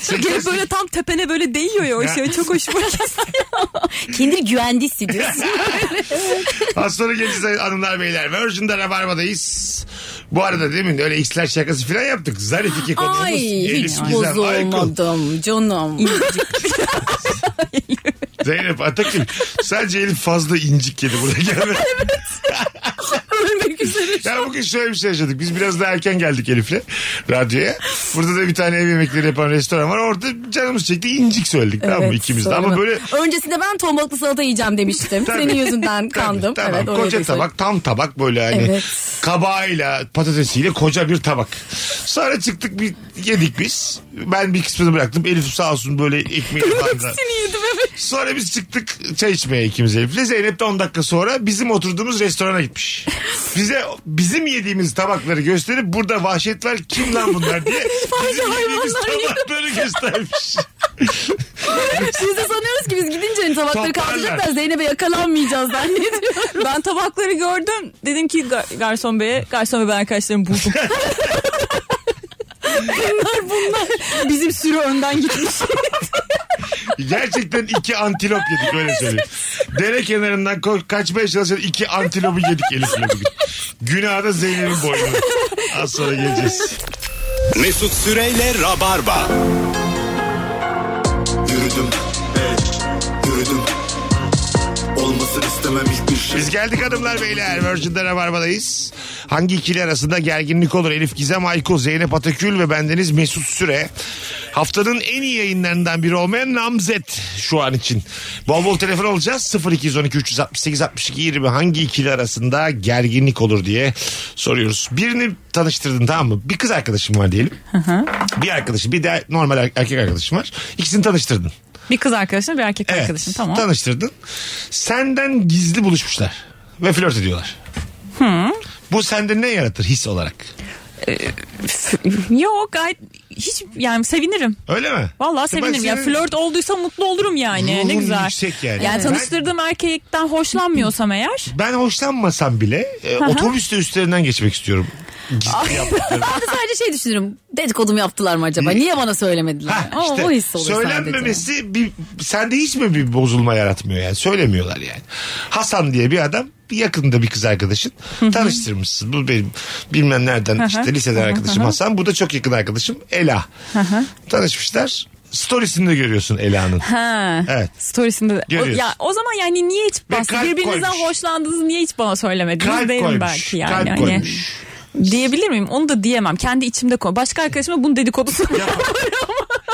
B: Gelip böyle tam tepene böyle değiyor ya o
A: Ya.
B: şey. Çok hoşuma gitti.
C: Kendini güvende hissediyorsun.
A: Az sonra geleceğiz hanımlar beyler. Virgin'de Rabarba'dayız. Bu arada demin öyle X'ler şakası falan yaptık. Zarif iki konuğumuz.
C: Ay
A: Elif
C: hiç
A: Gizem Aykul,
C: bozulmadım canım.
A: Zeynep Atakül. Sadece Elif fazla incik yedi buraya gelmedi.
C: Ölmek üzere.
A: Ya bugün şöyle bir şey yaşadık. Biz biraz daha erken geldik Elif'le radyoya. Burada da bir tane ev yemekleri yapan restoran var. Orada canımız çekti. incik söyledik tamam mı
C: Evet,
A: ikimiz de.
C: söyleme.
A: Ama böyle
C: Öncesinde ben ton balıklı salata yiyeceğim demiştim.
A: Tabii.
C: Senin yüzünden kandım.
A: Tabii, tamam.
C: Evet, oraya
A: koca
C: da söyle-
A: tabak tam tabak böyle hani
C: Evet.
A: kabağıyla patatesiyle koca bir tabak. Sonra çıktık bir yedik biz. Ben bir kısmını bıraktım. Elif sağ olsun böyle ekmeği falan da. Sonra biz çıktık çay içmeye ikimiz Elif'le. Zeynep de 10 dakika sonra bizim oturduğumuz restorana gitmiş. Bize bizim yediğimiz tabakları gösterip burada vahşet var kim lan bunlar diye bizim yediğimiz tabakları göstermiş.
C: Biz de sanıyoruz ki biz gidince hani tabakları
A: Toplarlar.
C: kaldıracaklar Zeynep'e yakalanmayacağız zannediyorum.
B: Ben tabakları gördüm. Dedim ki gar- garson beye, garson bey ben arkadaşlarımı buldum. bunlar bunlar. Bizim sürü önden gitmiş.
A: Gerçekten iki antilop yedik öyle söyleyeyim. Dere kenarından ko- kaçmaya çalışan iki antilopu yedik Elif'le bugün. Günah da Zeynep'in boynu. Az sonra geleceğiz.
G: Mesut Süreyle Rabarba. Yürüdüm, evet, yürüdüm. Olmasın istemem hiçbir şey.
A: Biz geldik hanımlar beyler. Virgin'de Rabarba'dayız. Hangi ikili arasında gerginlik olur? Elif Gizem Ayko, Zeynep Atakül ve bendeniz Mesut Süre. Haftanın en iyi yayınlarından biri olmayan Namzet şu an için. Bol bol telefon alacağız. 0212 368 62 20 hangi ikili arasında gerginlik olur diye soruyoruz. Birini tanıştırdın tamam mı? Bir kız arkadaşım var diyelim. Bir arkadaşım bir de normal er- erkek arkadaşım var. İkisini tanıştırdın.
B: bir kız arkadaşım bir erkek
A: Evet.
B: arkadaşım tamam.
A: Tanıştırdın. Senden gizli buluşmuşlar ve flört ediyorlar.
B: Hmm.
A: Bu sende ne yaratır his olarak?
B: Yok gayet hiç yani sevinirim.
A: Öyle mi?
B: Vallahi
A: Ben
B: sevinirim ya
A: senin
B: flört olduysa mutlu olurum yani
A: ruhun
B: ne güzel.
A: yüksek yani.
B: Yani
A: Evet.
B: tanıştırdığım erkekten hoşlanmıyorsam eğer
A: Ben hoşlanmasam bile e, otobüste üstlerinden geçmek istiyorum. Gizli yaptıkları.
C: Ben de sadece şey düşünürüm. Dedikodumu yaptılar mı acaba? Niye bana söylemediler?
A: Ha,
C: Aa,
A: işte,
C: o his olur sadece.
A: söylenmemesi bir, sende hiç mi bir bozulma yaratmıyor yani söylemiyorlar yani. Hasan diye bir adam bir yakında bir kız arkadaşın tanıştırmışsın. Bu benim bilmem nereden işte liseden arkadaşım Hasan. Bu da çok yakın arkadaşım Ela. Tanışmışlar. Storiesinde görüyorsun Ela'nın.
B: Ha.
A: Evet.
B: Storiesinde de. O,
A: Görüyoruz.
B: ya, o zaman yani niye hiç
A: Ve
B: bahs-
A: kalp
B: Birbirinizden
A: koymuş.
B: hoşlandığınızı niye hiç bana söylemediniz
A: Kalp
B: derim
A: koymuş.
B: belki yani.
A: Kalp
B: Hani
A: koymuş.
B: Diyebilir miyim? Onu da diyemem. Kendi içimde koy. Başka arkadaşıma bunun dedikodusu
A: Ya,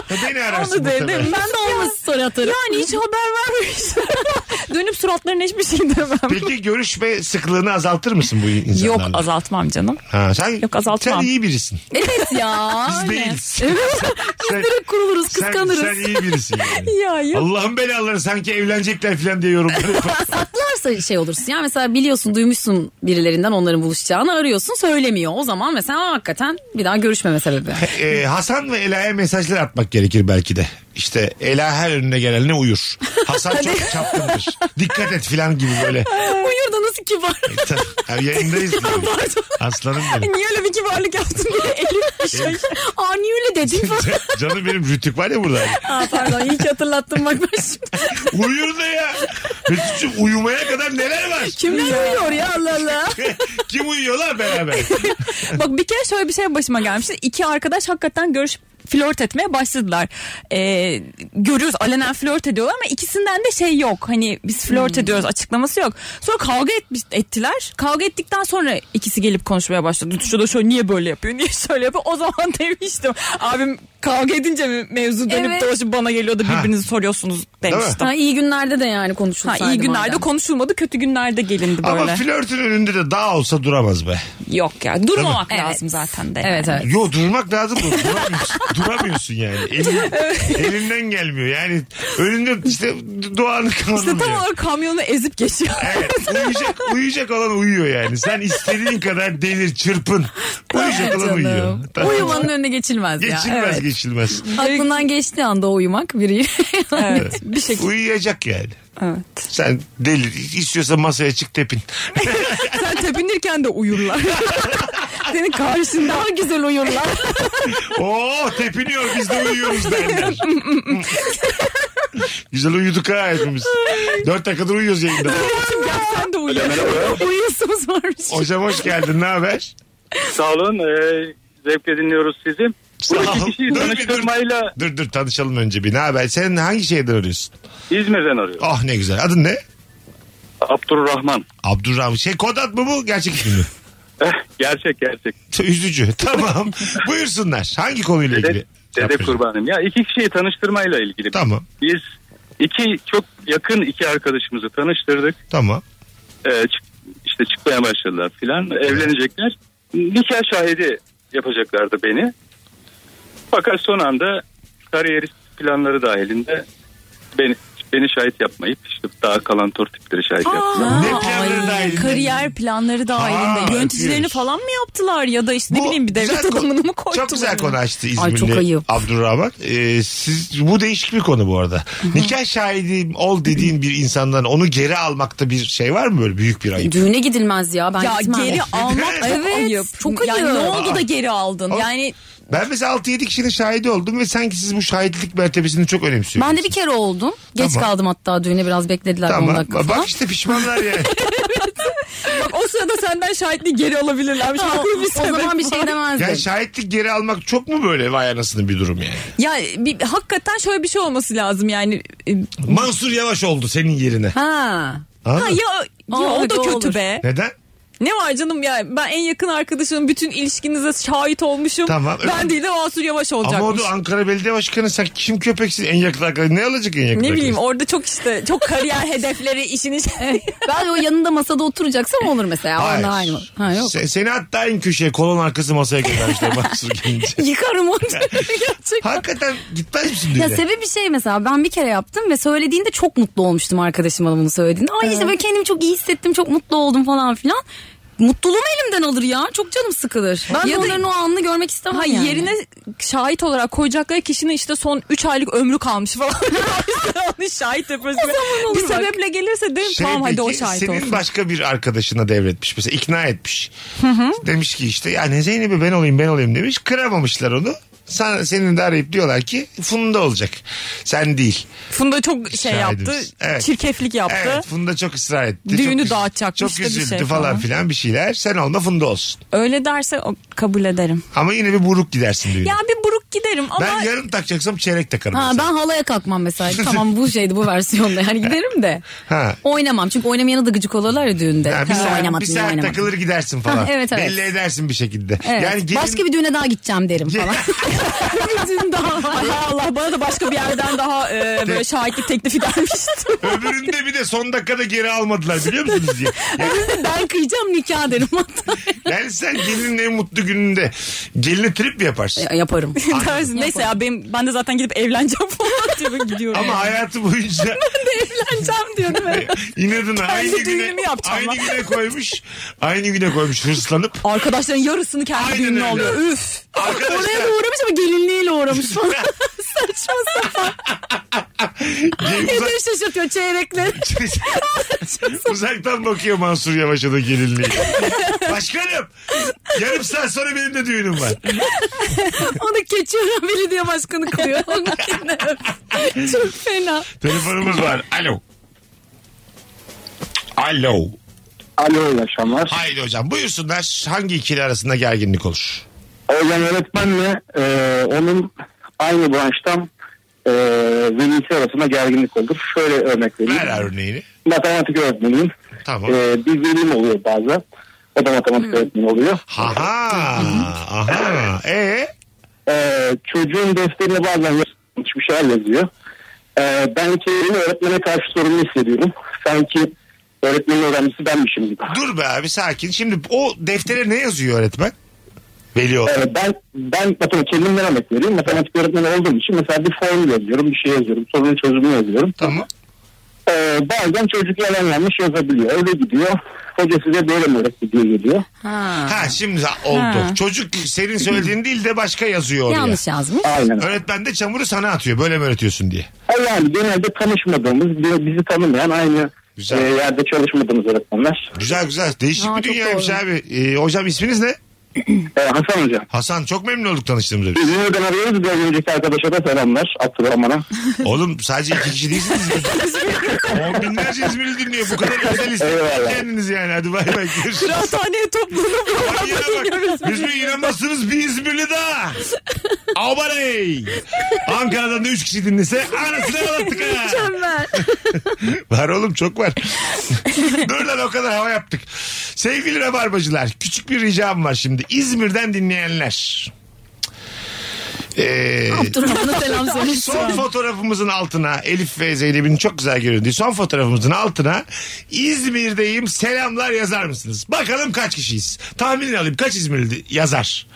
A: Ya beni ararsın
B: onu dedim.
A: muhtemelen.
B: Ben de olmaz soru atarım. Yani hiç haber vermemiş. Dönüp suratlarına hiçbir şey demem.
A: Peki görüşme sıklığını azaltır mısın bu
B: Yok
A: insanlarla?
B: azaltmam canım.
A: Ha, sen,
B: Yok, azaltmam.
A: Sen iyi birisin.
B: Evet ya.
A: Biz değiliz. sen,
B: kuruluruz
A: sen, sen iyi birisin yani.
B: Ya yok.
A: Allah'ın belaları sanki evlenecekler falan diye yorumlar yapar.
C: Saklarsa şey olursun ya mesela biliyorsun duymuşsun birilerinden onların buluşacağını arıyorsun söylemiyor. O zaman mesela hakikaten bir daha görüşmeme sebebi.
A: Ee, Hasan ve Ela'ya mesajlar atmak gerekir belki de. İşte Ela her önüne gelene uyur. Hasan çok çapkındır. Dikkat et falan gibi böyle.
B: Uyur da nasıl kibar.
A: Yani yayındayız. diye. Aslanım benim.
B: Niye öyle bir kibarlık yaptın diye elim bir şey.
C: Aa niye öyle dedin?
A: Canım benim rütük var ya burada.
C: Aa, pardon iyi ki hatırlattın bak ben şimdi.
A: Uyur da ya. Rütükçüm uyumaya kadar neler var?
C: Kimler uyuyor ya Allah Allah.
A: Kim uyuyor lan beraber?
B: Bak bir kere şöyle bir şey başıma gelmişti. İki arkadaş hakikaten görüşüp flört etmeye başladılar. Ee, görüyoruz alenen flört ediyorlar ama ikisinden de şey yok. Hani biz flört ediyoruz açıklaması yok. Sonra kavga etmiş, ettiler. Kavga ettikten sonra ikisi gelip konuşmaya başladı. Şu da şöyle niye böyle yapıyor niye şöyle yapıyor. O zaman demiştim. Abim kavga edince mi mevzu dönüp
C: Evet.
B: dolaşıp bana geliyordu birbirinizi soruyorsunuz
A: mi?
B: demiştim.
C: Ha, iyi günlerde de yani
B: Ha,
C: konuşulsaydı.
B: iyi günlerde
C: madem.
B: konuşulmadı kötü günlerde gelindi böyle.
A: Ama flörtün önünde de daha olsa duramaz be.
B: Yok ya durmamak
C: Evet.
B: lazım zaten de.
C: Evet
B: yani.
C: evet.
A: Yo durmak lazım da duramıyorsun, duramıyorsun yani. Elin, elinden gelmiyor yani. Önünde işte doğanı
B: İşte
A: kazanmıyor.
B: tam olarak kamyonu ezip geçiyor.
A: Evet, uyuyacak, uyuyacak olan uyuyor yani. Sen istediğin kadar delir, çırpın. Uyuyacak olan uyuyor. Tamam.
C: Uyumanın önüne geçilmez ya.
A: Geçilmez
C: Evet.
A: geçilmez.
C: Aklından geçtiği anda uyumak biri.
B: evet. Bir şekilde.
A: Uyuyacak yani.
B: Evet.
A: Sen deli istiyorsa masaya çık tepin.
B: Sen tepinirken de uyurlar. Senin karşında. Daha güzel uyurlar.
A: Oo tepiniyor biz de uyuyoruz derler. Güzel uyuduk ha hepimiz. Dörtte kadar uyuyoruz yayında.
B: Sen de uyuyorsun. Uyuyorsunuz varmış.
C: şey-
A: Hocam hoş geldin ne haber?
E: Sağ olun. Ee, zevkle dinliyoruz sizi.
A: Sağ
E: Bu iki
A: ol.
E: kişiyi
A: Dur bir
E: tanıştırmayla
A: Dur dur tanışalım önce bir ne haber? Sen hangi şehirden arıyorsun?
E: İzmir'den arıyorum.
A: Ah ne güzel adın ne?
E: Abdurrahman.
A: Abdurrahman. Şey kod ad mı bu? Gerçek ismi mi?
E: Eh, gerçek gerçek.
A: Üzücü. Tamam. Buyursunlar. Hangi konuyla ilgili?
E: Dede, dede
A: Yapıyoruz.
E: kurbanım. Ya iki kişiyi tanıştırmayla ilgili.
A: Tamam.
E: Biz iki çok yakın iki arkadaşımızı tanıştırdık.
A: Tamam.
E: Ee, çık- işte çıkmaya başladılar filan. Evlenecekler. Nikah şahidi yapacaklardı beni. Fakat son anda kariyerist planları dahilinde beni beni şahit yapmayıp işte daha kalan tur tipleri şahit yaptılar.
A: Ne planları dahilinde?
B: Kariyer planları
A: Ha,
B: dahilinde. Yöneticilerini
A: öpüyoruz.
B: falan mı yaptılar ya da işte ne
A: Bu
B: bileyim bir devlet
A: güzel konu-
B: adamını mı koydular?
A: Çok güzel konu açtı
C: Ay, çok
A: İzmirli
C: ayıp.
A: Abdurrahman. Ee, siz, bu değişik bir konu bu arada. Nikah şahidi ol dediğin bir insandan onu geri almakta bir şey var mı böyle büyük bir ayıp?
C: Düğüne gidilmez ya ben
B: Ya
C: gitmem.
B: geri almak çok
C: Evet,
B: ayıp.
C: çok
B: Yani
C: ayıp.
B: ne oldu da geri aldın?
A: Aa.
B: Yani
A: Ben mesela 6-7 kişinin şahidi oldum ve sanki siz bu şahitlik mertebesini çok önemsiyorsunuz.
C: Ben de bir kere oldum. Geç
A: Tamam.
C: kaldım hatta düğüne biraz beklediler 10
A: Tamam.
C: dakika
A: Bak
C: falan.
A: işte pişmanlar yani.
B: o sırada senden şahitliği geri alabilirlermiş. Haklı bir
C: o
B: sebep
C: zaman bir
B: var.
C: şey demezdim.
A: yani şahitlik geri almak çok mu böyle vay anasını bir durum yani?
B: Ya bir, hakikaten şöyle bir şey olması lazım yani. e,
A: Mansur Yavaş oldu senin yerine.
C: Ha.
A: Anladın
B: Ha
A: mı?
B: ya, ya
C: Aa,
B: o da
C: o da
B: kötü
C: olur.
B: be.
A: Neden?
B: Ne var canım ya ben en yakın arkadaşımın bütün ilişkinize şahit olmuşum.
A: Tamam.
B: Ben değil de Masur Yavaş
A: Ama o
B: olacakmış.
A: da
C: şey.
A: Ankara Belediye Başkanı sen kim köpeksin en yakın arkadaş ne alacak en yakın
B: Ne bileyim
A: arkadaş?
B: orada çok işte çok kariyer hedefleri işini
C: ben o yanında masada oturacaksam olur mesela.
A: Hayır.
C: Onunla aynı. Ha yok.
A: Se- seni hatta en köşeye kolon arkası masaya göndermişler Mansur gelince.
C: Yıkarım onu gerçekten.
A: Hakikaten gitmez misin
C: Ya
A: düğüne?
C: sebebi şey mesela ben bir kere yaptım ve söylediğinde çok mutlu olmuştum arkadaşım bana bunu söylediğinde. Ay işte böyle kendimi çok iyi hissettim çok mutlu oldum falan filan. Mutluluğum elimden alır ya. Çok canım sıkılır.
B: Ben de
C: ya
B: o-
C: onların o anını görmek istemem
B: ha,
C: yani.
B: yerine şahit olarak koyacakları kişinin işte son 3 aylık ömrü kalmış falan. Onu şahit yapıyorsun.
C: olur
B: Bir
C: bak.
B: sebeple gelirse değil mi? tamam hadi
A: Şey
B: o
A: peki,
B: şahit
A: senin
B: olsun.
A: başka bir arkadaşına devretmiş mesela ikna etmiş. Demiş ki işte yani Zeynep'i ben olayım ben olayım demiş. Kıramamışlar onu. Sen, senin de arayıp diyorlar ki Funda olacak. Sen değil.
B: Funda çok şey
A: Şahidimiz.
B: yaptı.
A: Evet.
B: Çirkeflik yaptı.
A: Evet Funda çok ısrar etti.
B: Düğünü
A: çok, üz-
B: dağıtacakmış
A: Çok
B: da bir
A: üzüldü
B: şey
A: falan
B: falan.
A: filan bir şeyler. Sen olma Funda olsun.
B: Öyle derse o- kabul ederim.
A: Ama yine bir buruk gidersin düğüne.
B: Ya bir buruk giderim ama
A: Ben yarın takacaksam çeyrek takarım.
C: Ha,
A: mesela.
C: ben halaya kalkmam mesela. tamam bu şeydi bu versiyonda yani giderim de.
A: Ha.
C: Oynamam çünkü oynamayana da gıcık olurlar ya düğünde.
A: Ha, bir
C: Niye
A: saat,
C: oynamadın,
A: bir
C: niye
A: saat
C: oynamadın?
A: takılır gidersin falan.
C: Ha, evet, evet.
A: Belli edersin bir şekilde.
C: Evet.
A: Yani gelin-
C: Başka bir düğüne daha gideceğim derim falan. bir düğün daha var.
B: Allah Allah bana da başka bir yerden daha e, böyle şahitlik teklifi gelmişti.
A: Öbüründe bir de son dakikada geri almadılar biliyor musunuz diye.
C: ben kıyacağım nikah derim hatta.
A: Yani sen gelinin en mutlu gününde geline trip mi yaparsın?
C: Ya, Yaparım.
B: Dersin, Neyse ya benim, ben de zaten gidip evleneceğim falan diyorum gidiyorum.
A: Ama hayatı boyunca
B: evleneceğim diyor değil mi?
A: inadına aynı güne,
B: düğünümü yapacağım
A: aynı
B: lan.
A: güne koymuş. Aynı güne koymuş hırslanıp.
B: Arkadaşların yarısını kendi
A: Aynen
B: düğününe
A: öyle.
B: alıyor. Üf.
A: Arkadaşlar
C: uğramış ama gelinliğiyle uğramış falan. Saçma sapan.
A: uzak,
C: Beni şaşırtıyor çeyrekleri.
A: uzaktan bakıyor Mansur Yavaş'a da gelinliği. Başkanım yarım saat sonra benim de düğünüm var.
C: Onu Keçiören Belediye Başkanı kılıyor. Çok fena.
A: Telefonumuz var. Alo. Alo.
F: Alo iyi akşamlar.
A: Haydi hocam buyursunlar. Hangi ikili arasında gerginlik olur?
F: Hocam öğretmenle e, onun aynı branştan e, velisi arasında gerginlik olur. Şöyle örnek vereyim.
A: Ver örneğini.
F: Matematik öğretmeniyim.
A: Tamam.
F: E, bir velim oluyor bazen. O da matematik öğretmeni oluyor.
A: Aha. Aha. Ee?
F: Ee, çocuğun defterine bazen yazılmış bir şeyler yazıyor. Ee, ben kendimi öğretmene karşı sorumlu hissediyorum. Sanki öğretmenin öğrencisi benmişim gibi.
A: Dur be abi sakin. Şimdi o deftere ne yazıyor öğretmen? Veli olarak.
F: Ee, ben ben mesela kendimden örnek vereyim. Matematik öğretmeni olduğum için mesela bir formül yazıyorum, bir şey yazıyorum, sorunun çözümünü yazıyorum.
A: Tamam.
F: Ee, bazen çocuk yalanlanmış yazabiliyor. Öyle gidiyor. Hoca size böyle mi öğretti diye geliyor.
A: Ha şimdi oldu. Çocuk senin söylediğin değil de başka yazıyor oraya.
C: Yanlış yazmış.
F: Aynen.
A: Öğretmen de çamuru sana atıyor. Böyle mi öğretiyorsun diye.
F: Ee, Yani genelde tanışmadığımız, bir- bizi tanımayan aynı
A: Güzel.
F: e, yerde çalışmadığımız öğretmenler.
A: Güzel güzel. Değişik
C: Aa,
A: bir
C: çok
A: dünyaymış
C: doğru.
A: abi. Ee, hocam isminiz ne?
F: Ee, Hasan Hocam.
A: Hasan çok memnun olduk tanıştığımıza biz.
F: İzmir'den arıyoruz. Biraz önceki arkadaşa da selamlar. Abdurrahman'a.
A: Oğlum sadece iki kişi değilsiniz. On binlerce İzmirli dinliyor. Bu kadar özel istedim.
F: Eyvallah.
A: Kendiniz yani. Hadi bay bay. Görüşürüz.
B: Kıraathaneye toplanıp
A: Ay yine bak. Biz bir inanmazsınız bir İzmirli daha. Aubarey. Ankara'dan da 3 kişi dinlese anasını anlattık ha.
C: Mükemmel.
A: Var oğlum çok var. Dur lan o kadar hava yaptık. Sevgili Rabarbacılar küçük bir ricam var şimdi. İzmir'den dinleyenler. Ee,
C: Abdurrahman'a selam söyle.
A: son fotoğrafımızın altına Elif ve Zeynep'in çok güzel göründüğü son fotoğrafımızın altına İzmir'deyim selamlar yazar mısınız? Bakalım kaç kişiyiz? Tahmin alayım kaç İzmirli yazar?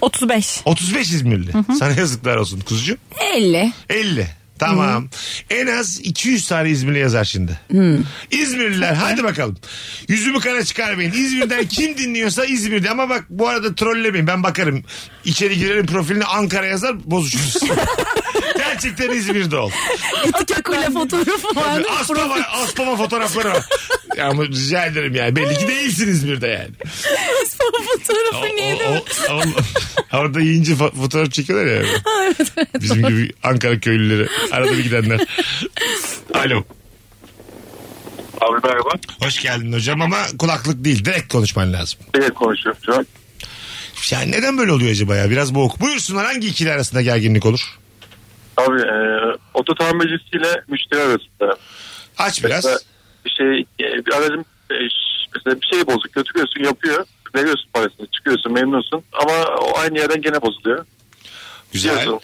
B: 35.
A: 35 İzmirli. Sana yazıklar olsun kuzucuğum.
C: 50.
A: 50. Tamam. En az 200 tane İzmirli yazar şimdi. İzmirliler hadi bakalım. Yüzümü kara çıkarmayın. İzmir'den kim dinliyorsa İzmir'de ama bak bu arada trollemeyin. Ben bakarım. İçeri girerim profiline Ankara yazar bozuşuruz. Gerçekten İzmir'de ol.
C: Etikakuyla fotoğrafı vardı.
A: Aspava, aspava fotoğrafları var. Ya ama rica ederim yani. Belli ki değilsiniz İzmir'de yani.
C: Son fotoğrafı niye
A: O-
C: de
A: o- o- orada yiyince fo- fotoğraf çekiyorlar ya. Bizim gibi Ankara köylüleri. Arada bir gidenler. Alo.
D: Abi merhaba.
A: Hoş geldin hocam ama kulaklık değil. Direkt konuşman lazım.
D: Bir konuşuyorum şu an.
A: Ya neden böyle oluyor acaba ya? Biraz boğuk. Buyursunlar hangi ikili arasında gerginlik olur?
D: Abi e, oto tamircisiyle müşteri arasında.
A: Aç biraz.
D: Mesela bir şey e, bir aracın e, ş- mesela bir şey bozuk götürüyorsun yapıyor. Veriyorsun parasını çıkıyorsun memnunsun ama o aynı yerden gene bozuluyor.
A: Güzel.
D: Diyorsun,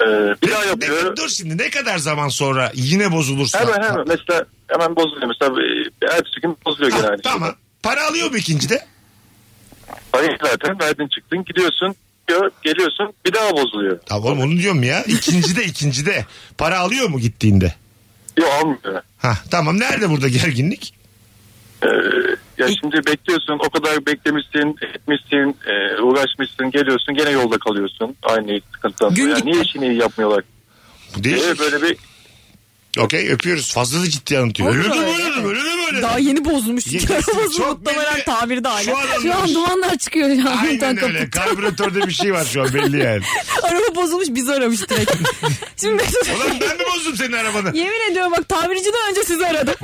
D: e, bir daha
A: Ne-
D: yapıyor.
A: dur şimdi ne kadar zaman sonra yine bozulursa.
D: Hemen hemen mesela hemen bozuluyor. Mesela bir, bir ertesi gün bozuluyor
A: Ha,
D: gene aynı
A: tamam. Para alıyor mu ikincide?
D: şey. Parayı zaten verdin çıktın gidiyorsun gö- geliyorsun bir daha bozuluyor.
A: Tamam oğlum onu diyorum ya. İkincide ikincide. Para alıyor mu gittiğinde?
D: Yok almıyor.
A: Ha tamam nerede burada gerginlik?
D: Ee, ya şimdi bekliyorsun o kadar beklemişsin etmişsin e, uğraşmışsın geliyorsun gene yolda kalıyorsun aynı sıkıntıdan sonra.
B: Gün
D: Yani
B: gitti.
D: niye işini iyi yapmıyorlar
A: Bu
D: diye
A: değişik.
D: böyle bir
A: Okey öpüyoruz. Fazla da ciddi anlatıyor. Öyle de mi öyle de mi öyle de mi böyle?
B: Daha yeni bozulmuş.
A: Yeni-
B: Arabası
A: çok
B: muhtemelen
A: belli.
B: tamirde hala.
A: Şu an
C: Şu an
A: anlıyoruz.
C: dumanlar çıkıyor ya.
A: Aynen
C: kapı.
A: öyle. Karbüratörde bir şey var şu an belli yani.
B: Araba bozulmuş bizi aramış direkt. Şimdi Mesut
A: Ulan ben mi bozdum senin arabanı?
B: yemin ediyorum bak tamirciden önce sizi aradım.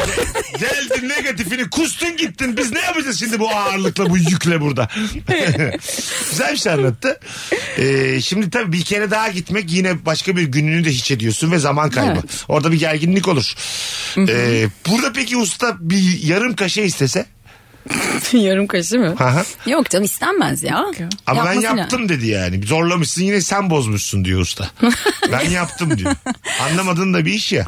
A: Geldin negatifini kustun gittin. Biz ne yapacağız şimdi bu ağırlıkla bu yükle burada? Güzel bir şey anlattı. Ee, şimdi tabii bir kere daha gitmek yine başka bir gününü de hiç ediyorsun ve zaman kaybı. Orada bir gerginlik olur. Ee, burada peki usta bir yarım kaşe istese?
C: Yarım kaşı mı?
A: Aha.
C: Yok canım istenmez ya.
A: Ama
C: Yapması
A: ben
C: lazım.
A: yaptım dedi yani. Zorlamışsın yine sen bozmuşsun diyor usta. ben yaptım diyor. Anlamadığın da bir iş ya.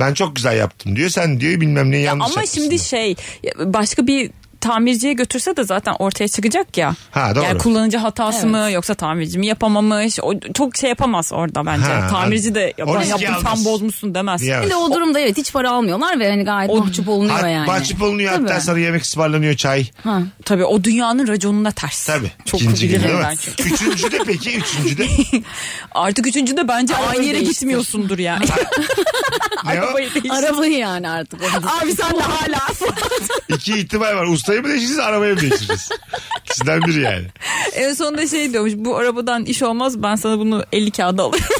A: Ben çok güzel yaptım diyor. Sen diyor bilmem ne yanlış
B: Ama
A: yapmışsın
B: şimdi
A: diyor.
B: şey ya başka bir tamirciye götürse de zaten ortaya çıkacak ya.
A: Ha, doğru.
B: Yani kullanıcı hatası
C: Evet.
B: mı yoksa tamirci mi yapamamış. O çok şey yapamaz orada bence.
A: Ha,
B: tamirci de
A: o
B: ya ben
A: riski
B: yaptım
A: almaz.
B: sen bozmuşsun demez.
A: Diyemez.
C: Bir de o durumda evet hiç para almıyorlar ve hani gayet mahcup olunuyor
A: Hat-
C: yani.
A: Bahçe bulunuyor hatta
C: Tabii.
A: sana yemek ısmarlanıyor çay.
B: Tabii o dünyanın raconuna ters.
A: Tabii.
B: Çok
A: İkinci gün,
B: bilirim
A: değil mi?
B: ben çünkü.
A: Üçüncü de peki üçüncü de.
B: Artık üçüncü de bence aynı yere
C: değiştir.
B: gitmiyorsundur yani.
A: ne o?
B: Arabayı değiştir.
C: Arabayı yani artık.
B: Abi sen de hala.
A: İki ihtimal var. Ustayı mı değiştireceğiz arabayı mı değiştireceğiz? İkisinden biri yani.
B: en sonunda şey diyormuş bu arabadan iş olmaz ben sana bunu 50 kağıda alırım.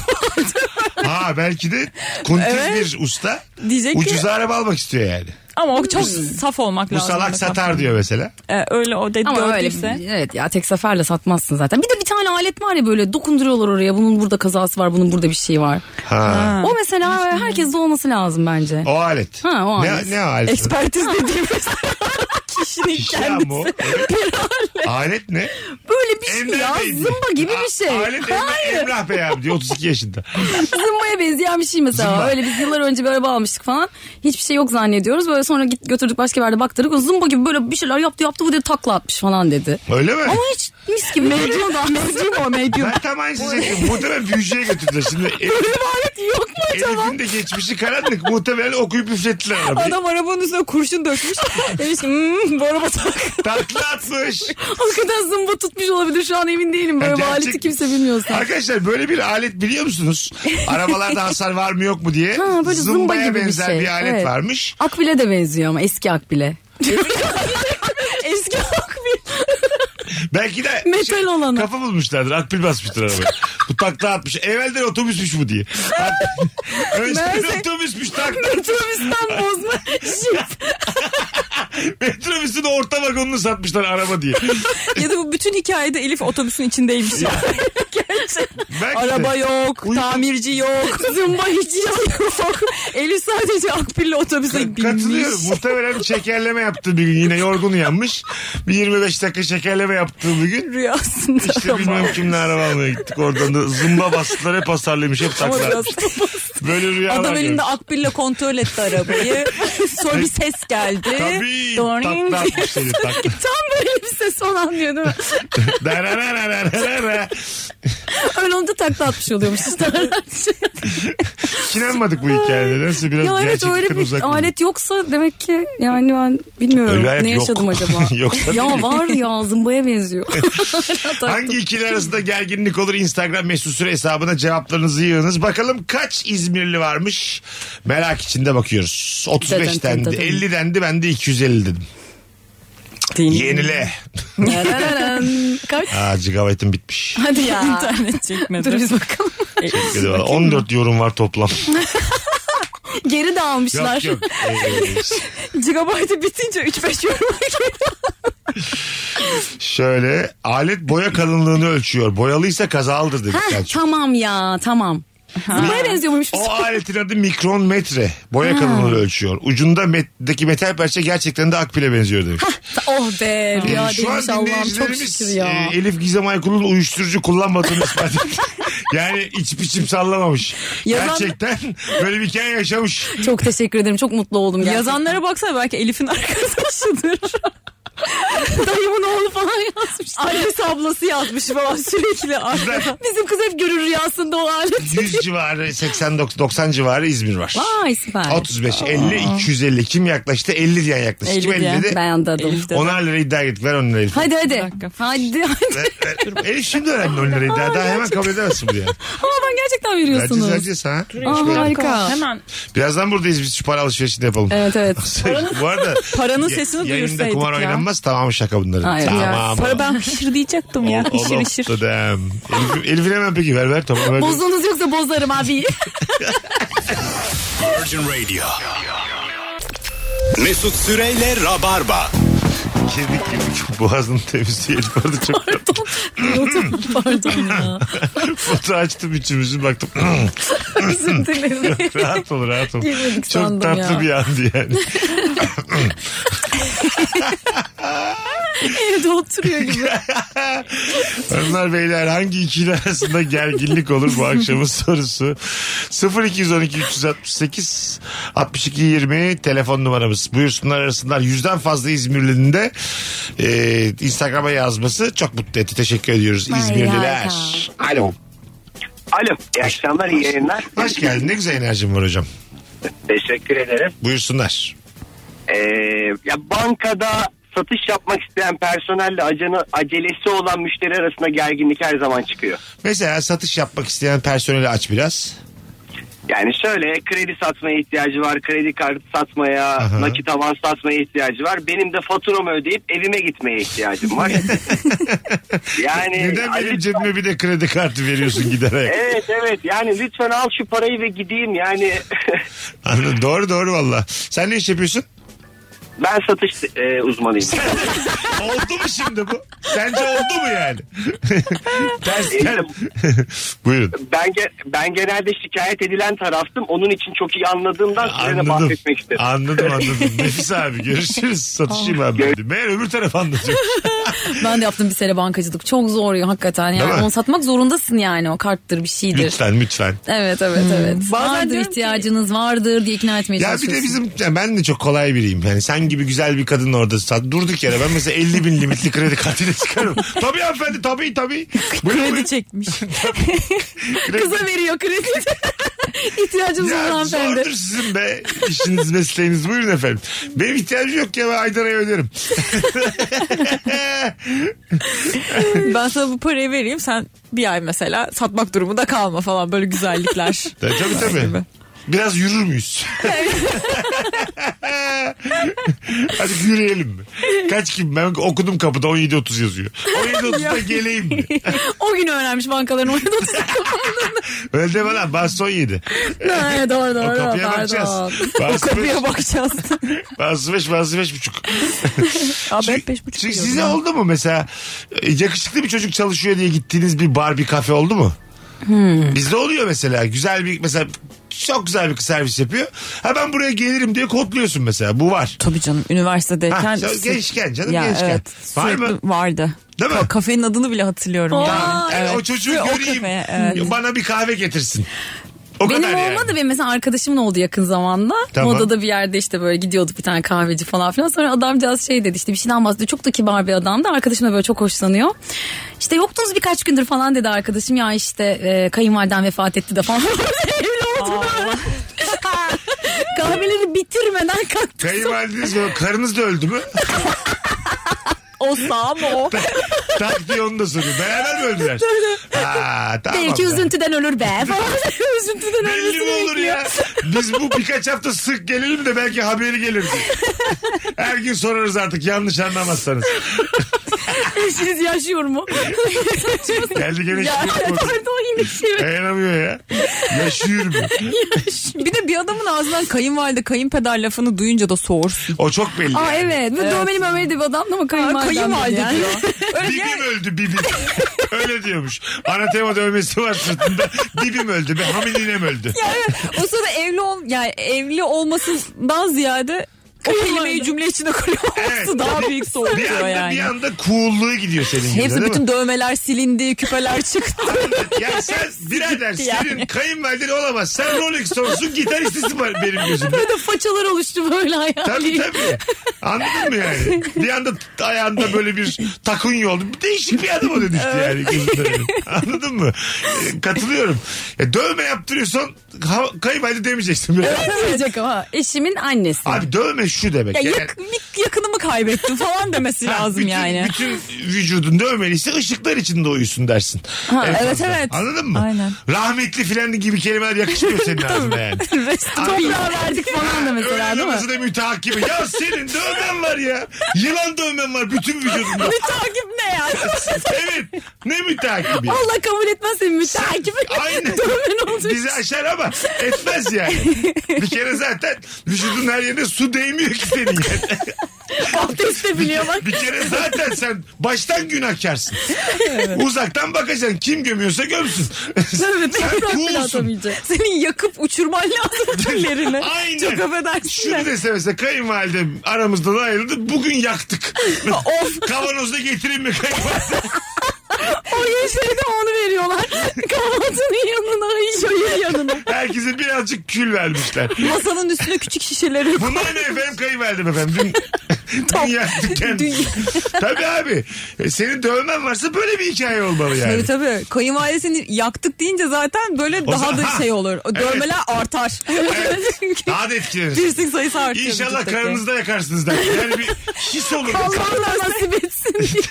A: Ha belki de kuntiz
B: Evet.
A: bir usta
B: Diyecek ki-
A: ucuza araba almak istiyor yani.
B: Ama o çok saf olmak
A: Bu
B: lazım.
A: salak
B: mesela.
A: satar diyor mesela.
B: Ee, öyle o dedi
C: Ama öyle
B: gördüyse.
C: evet ya tek seferle satmazsın zaten. Bir de bir tane alet var ya böyle dokunduruyorlar oraya. Bunun burada kazası var, bunun burada bir şeyi var.
A: Ha.
C: O mesela herkes de olması lazım bence.
A: O alet.
C: Ha, o alet.
A: Ne, ne
B: şey.
A: alet?
B: Ekspertiz dediğimiz kişinin
A: Ya bu.
B: kendisi.
A: Evet. alet ne?
C: Böyle bir şey
A: Emrah
C: ya
A: Bey diyor.
C: zımba gibi
A: A-
C: bir şey.
A: Alet Emrah, Emrah Bey abi diyor 32 yaşında.
C: Zımbaya benzeyen bir şey mesela.
A: Zımba.
C: Öyle biz yıllar önce bir araba almıştık falan. Hiçbir şey yok zannediyoruz. Böyle sonra git götürdük başka bir yerde baktırdık. O zımba gibi böyle bir şeyler yaptı yaptı. Bu diye takla atmış falan dedi.
A: Öyle mi?
C: Ama hiç mis gibi. Medyum da. Medyum o medyum.
A: Ben tam aynısını söyleyeyim. Muhtemelen büyücüye götürdüler. Şimdi
C: yok mu acaba?
A: Elif'in de geçmişi karanlık. Muhtemelen okuyup üflettiler arabayı.
B: Adam arabanın üstüne kurşun dökmüş. Demiş ki "Hmm, bu araba tak.
A: Takla atmış.
C: Hakikaten zımba tutmuş olabilir. Şu an emin değilim. Böyle
A: Gerçek-
C: bir aleti kimse bilmiyorsa.
A: Arkadaşlar böyle bir alet biliyor musunuz? Arabalarda hasar var mı yok mu diye.
C: Ha, böyle zımba
A: Zımbaya
C: gibi bir
A: benzer
C: şey.
A: bir alet
C: Evet.
A: varmış.
C: Akbile de benziyor ama eski akbile.
B: Eski akbil. Şey,
A: Belki de
C: Metal olanı.
A: kafa bulmuşlardır. Akbil basmıştır arabaya. Bu takla atmış. Evvelden otobüsmüş bu diye. Önceden
C: Meğerse-
A: otobüsmüş takla.
C: Metrobüsten bozma jip.
A: Metrobüsün orta vagonunu satmışlar araba diye.
B: ya da bu bütün hikayede Elif otobüsün içindeymiş.
A: Belki de-
B: Araba yok,
A: Uyku-
B: tamirci yok, zımba hiç yok. Elif sadece akbille otobüse binmiş.
A: Katılıyorum. Muhtemelen şekerleme yaptı bir gün. Yine yorgun uyanmış. Bir 25 dakika şekerleme yaptığı bir gün.
B: Rüyasında
A: İşte
B: araba.
A: bilmem kimle araba almaya gittik. Oradan da zımba bastılar hep hasarlıymış. Hep
B: Ama
A: takla.
B: biraz-
A: Böyle rüyalar
B: Adam elinde
A: görmüş.
B: akbille kontrol etti arabayı. Sonra bir ses geldi.
A: Tabii
B: Doring.
A: takla atmış seni takla.
C: Tam böyle bir ses falan anlıyor değil mi?
A: Darararararara.
C: Öyle onu da takla atmış oluyormuş işte.
A: Hiç İnanmadık bu hikayede. Nasıl biraz
C: ya evet
A: gerçeklikten
C: öyle bir
A: uzak.
C: alet yoksa demek ki yani ben bilmiyorum
A: Öyle alet
C: ne
A: yok.
C: yaşadım acaba.
A: Yoksa
C: ya
A: değil.
C: var ya zımbaya benziyor.
A: Hangi ikili arasında gerginlik olur Instagram mesut süre hesabına cevaplarınızı yığınız. Bakalım kaç İzmirli varmış merak içinde bakıyoruz. 35'ten de
C: Dedem, dedem.
A: 50'den de ben de 250 dedim. Yenile.
C: Yararararararararararararararararararararararararararararararararararararararararararararararararararararara.
A: Aa gigabaytım bitmiş.
C: Hadi ya.
B: İnternet çekmedi.
C: Dur biz bakalım.
A: Dedi bana, 14 yorum var toplam.
C: Geri
A: yok
C: dağılmışlar.
A: yok. Ee,
B: Gigabyte bitince 3-5 yorum
A: şöyle alet boya kalınlığını ölçüyor. Boyalıysa kazalıdır dedi.
C: Heh,
A: Selçuk.
C: tamam ya tamam. Zımbaya benziyormuş.
A: O aletin adı mikron metre. Boya kalınlığını ölçüyor. Ucunda metteki metal parça gerçekten de akbile benziyor demiş.
C: Oh be
A: Yani
C: rüya
A: şu an
C: değilmiş Allah'ım çok
A: dinleyicilerimiz
C: şükür ya.
A: e, Elif Gizem Aykul'un uyuşturucu kullanmadığını ispat etti. Yani iç biçim sallamamış.
B: Yazan-
A: Gerçekten böyle bir hikaye yaşamış.
C: Çok teşekkür ederim çok mutlu oldum. gerçekten.
B: Yazanlara baksana belki Elif'in arkadaşıdır.
C: dayımın oğlu falan yazmış.
B: Annesi ablası yazmış falan sürekli arkada.
C: Bizim kız hep görür rüyasında o alet.
A: 100 civarı 80 90 civarı İzmir var.
C: Vay süper.
A: 35, 50, 250. Kim yaklaştı? 50 diyen yaklaştı.
B: 50
A: Kim 50
B: diyen.
A: dedi?
C: Ben anladım.
B: Elif de-
A: Onar lira iddia ettik. Ver 10 lirayı.
C: Hadi hadi.
B: dakika.
C: Hadi hadi.
A: Ver, ver. Elif şimdi öğrendi 10 lirayı. Daha, daha hemen kabul edemezsin bunu yani.
C: Ama ben gerçekten
A: Vereceğiz
C: veriyorsunuz.
A: vereceğiz ha.
C: Aa, harika.
B: Hemen
A: Birazdan buradayız biz şu para alışverişini yapalım.
C: Evet evet.
A: Bu arada
B: paranın
A: ya-
B: sesini
A: Yayında
B: duyursaydık
A: kumar
B: ya.
A: oynanmaz tamam şaka bunların.
C: Hayır.
A: Tamam.
B: Para ben hışır diyecektim ya.
A: Ol-
B: Hışır
A: oğlum,
B: hışır.
A: dedem. Elif, Elif'in hemen peki ver ver tamam ver.
C: Bozduğunuz yoksa bozarım abi.
G: Virgin Radio. Mesut Süreyle Rabarba.
A: Girdik girdik. Boğazını temizleyelim. Orada çok
C: Pardon ya.
A: fotoğraf açtım içimizin baktım.
C: Özür dilerim.
A: rahat ol rahat ol.
C: Girmedik
A: Çok
C: sandım
A: tatlı
C: ya.
A: bir andı yani.
C: Evde oturuyor gibi.
A: Hanımlar beyler hangi ikili arasında gerginlik olur bu akşamın sorusu. 0212 368 62 20 telefon numaramız. Buyursunlar arasınlar. Yüzden fazla İzmirli'nin de e, Instagram'a yazması çok mutlu etti. Teşekkür ediyoruz
C: Vay
A: İzmirliler. Alo.
F: Alo. İyi akşamlar, iyi yayınlar.
A: Hoş geldin. Ne güzel enerjin var hocam.
F: Teşekkür ederim.
A: Buyursunlar.
F: Ee, ya bankada satış yapmak isteyen personelle acele, acelesi olan müşteri arasında gerginlik her zaman çıkıyor.
A: Mesela satış yapmak isteyen personeli aç biraz.
F: Yani şöyle kredi satmaya ihtiyacı var, kredi kartı satmaya,
A: Aha.
F: nakit avans satmaya ihtiyacı var. Benim de faturamı ödeyip evime gitmeye ihtiyacım var. yani
A: Neden
F: "Ay,
A: benim cebime bir de kredi kartı veriyorsun giderek?
F: Evet evet yani lütfen al şu parayı ve gideyim yani
A: Anladım. Doğru doğru valla. Sen ne iş yapıyorsun?
F: ben satış e, uzmanıyım.
A: oldu mu şimdi bu? Sence oldu mu yani? Tersten. Buyurun.
F: Ben ge- ben genelde şikayet edilen taraftım. Onun için çok iyi anladığımdan size
A: Anladım.
F: bahsetmek istedim.
A: Anladım anladım. Nefis abi görüşürüz. Satışayım abi. ben de. Meğer öbür taraf anlatıyor.
C: Ben de yaptım bir sene bankacılık. Çok zor ya hakikaten.
A: Değil
C: Yani
A: mi?
C: onu satmak zorundasın yani. O karttır bir şeydir.
A: lütfen lütfen.
C: Evet evet evet.
B: Hmm. Bazen
C: vardır
B: diyorum ki-
C: ihtiyacınız vardır diye ikna etmeye
A: Ya bir
C: çalışıyorsun.
A: de bizim yani ben de çok kolay biriyim. Yani sen gibi güzel bir kadın orada sat. Durduk yere ben mesela 50 bin limitli kredi kartıyla çıkarım. tabii hanımefendi tabii tabii. Buyurun, buyurun.
B: Kredi çekmiş.
A: Kredi-
C: Kıza veriyor kredi. İhtiyacımız var
A: Ya
C: hanımefendi.
A: zordur sizin be. İşiniz mesleğiniz buyurun efendim. Benim ihtiyacım yok ya ben Aydana'ya öderim.
B: ben sana bu parayı vereyim sen bir ay mesela satmak durumunda kalma falan böyle güzellikler.
A: Tabii tabii. tabii. Biraz yürür müyüz? Hadi yürüyelim mi? Kaç kim? Ben okudum kapıda 17.30 yazıyor. 17.30'da geleyim mi?
C: O gün öğrenmiş bankaların oyunu.
A: Öyle deme lan. Bas 17.
C: Ha, doğru doğru.
A: O kapıya
C: pardon.
A: bakacağız.
B: o
A: Bas
B: kapıya bakacağız.
A: Bazı beş, bazı beş buçuk.
B: Abi
A: Çünkü-
B: hep beş buçuk
A: çünkü
B: diyorum
A: Size
B: ya.
A: oldu mu mesela e, yakışıklı bir çocuk çalışıyor diye gittiğiniz bir bar bir kafe oldu mu?
B: Hmm.
A: Bizde oluyor mesela güzel bir mesela çok güzel bir kız servis yapıyor. Ha ben buraya gelirim diye kodluyorsun mesela bu var.
B: Tabii canım üniversitedeyken.
A: Ha, sen gençken canım,
B: ya,
A: gençken.
B: Evet,
A: Var mı?
B: sürekli vardı.
A: Değil mi?
B: Ka- kafenin adını bile hatırlıyorum.
A: Yani,
B: evet.
A: O çocuğu
B: Ve o
A: göreyim
B: kafeye, evet.
A: bana bir kahve getirsin. O
C: Benim
A: kadar yani.
C: olmadı benim mesela arkadaşımın oldu yakın zamanda.
A: Tamam.
C: Modada bir yerde işte böyle gidiyorduk bir tane kahveci falan filan. Sonra adamcağız şey dedi işte bir şeyden bahsediyor. Çok da kibar bir adamdı. Arkadaşım da böyle çok hoşlanıyor. İşte yoktunuz birkaç gündür falan dedi arkadaşım. Ya işte e, kayınvaliden vefat etti de falan. Evli oldum. Kahveleri bitirmeden kalktı.
A: Kayınvalideniz mi? Karınız da öldü mü?
B: O sağ mı o?
A: tak diye onu da soruyor. Beraber mi öldüler? ha, tamam.
C: Belki
A: be.
C: üzüntüden ölür be falan. üzüntüden
A: Belli mi
C: ölmesini
A: olur
C: bekliyor.
A: ya? Biz bu birkaç hafta sık gelelim de belki haberi gelir. Her gün sorarız artık yanlış anlamazsanız.
C: Eşiniz yaşıyor mu?
A: Geldi gene şey
C: ya
A: şiir korkusu.
C: pardon yine şey.
A: Dayanamıyor ya. Yaşıyor mu?
B: bir de bir adamın ağzından kayınvalide kayınpeder lafını duyunca da soğursun.
A: O çok belli.
C: Aa
A: yani.
C: evet. Bu dövmeli memeli de bir adam ama kayınvalidem. dedi
B: Kayınvalide
C: yani.
B: diyor. Öyle diye-
A: Dibim öldü bibim. Öyle diyormuş. Anatema dövmesi var sırtında. Dibim öldü. Be, hamilinem öldü.
B: Evet. O sırada evli ol yani evli olmasından ziyade o kelimeyi cümle içinde kuruyor
A: Evet.
B: olması daha büyük
A: Bir
B: soğutuyor
A: anda, bir
B: yani.
A: anda cool'luğu gidiyor senin. gibi,
B: Hepsi
A: değil mi?
B: bütün dövmeler silindi, küpeler çıktı.
A: Ya sen birader
B: Gitti
A: senin kayınvaliden olamaz. Sen Rolling Stones'un gitaristisin var benim gözümde.
C: Böyle façalar oluştu böyle hayali.
A: Tabii tabii. Anladın mı yani? Bir anda t- ayağında böyle bir takunya oldu. Bir Değişik bir adama dönüştü yani. gözümde benim. Anladın mı? E, katılıyorum. E, dövme yaptırıyorsan ha- kayınvalide demeyeceksin. Böyle.
C: Diyecek ama eşimin annesi.
A: Abi dövme şu demek.
B: Ya
A: yani-
B: yak- mik- yakınımı kaybettim falan demesi
A: Ha,
B: lazım
A: bütün-
B: yani.
A: Bütün vücudunda ömeliyse ışıklar içinde uyusun dersin.
B: Ha,
A: En
B: evet,
A: fazla.
B: evet.
A: Anladın mı?
B: Aynen.
A: Rahmetli filan gibi kelimeler yakışmıyor senin ağzına yani.
C: Toprağa verdik falan da mesela
A: Öyle
C: değil mi?
A: lafı da mütehakkimi. Ya senin dövmen var ya. Yılan dövmen var bütün vücudunda.
B: Mütakip ne ya?
A: evet. Ne mütehakkimi?
C: Allah kabul etmezse müteakip.
A: Aynen.
C: Dövmen olacak.
A: Bizi aşar ama etmez yani. Bir kere zaten vücudun her yerine su değmiyor ki senin. yani.
C: Abdest de biliyor bak.
A: Bir kere zaten sen baştan günahkarsın. Uzaktan bakacaksın. Kim gömüyorsa gömsün.
C: Evet,
A: sen
C: toprak bile
A: kulsun.
C: atamayacak.
B: Senin yakıp uçurman lazım tüllerini.
A: Aynen.
B: Çok affedersin
A: Şunu
B: de.
A: dese mesela kayınvalidem aramızdan ayrıldı. Bugün yaktık.
B: Of.
A: Kavanozda getireyim mi kayınvalidem?
C: O yaşaydı onu veriyorlar. Kahvaltının yanına, çayın yanına.
A: Herkese birazcık kül vermişler.
B: Masanın üstüne küçük şişeleri.
A: Bunlar ne efendim kayınvalidem efendim. Dün, dün yaktık kendisi. Tabii abi. E, Senin dövmen varsa böyle bir hikaye olmalı yani.
B: Tabii tabii. Kayınvalidesini yaktık deyince zaten böyle daha da
A: zaman-
B: şey olur. O Dövmeler artar.
A: Daha da etkilenir.
B: Piercing sayısı artıyor.
A: İnşallah
B: vücuttaki.
A: karınızda yakarsınız der. Yani bir his olur.
B: Allah nasip etsin diye.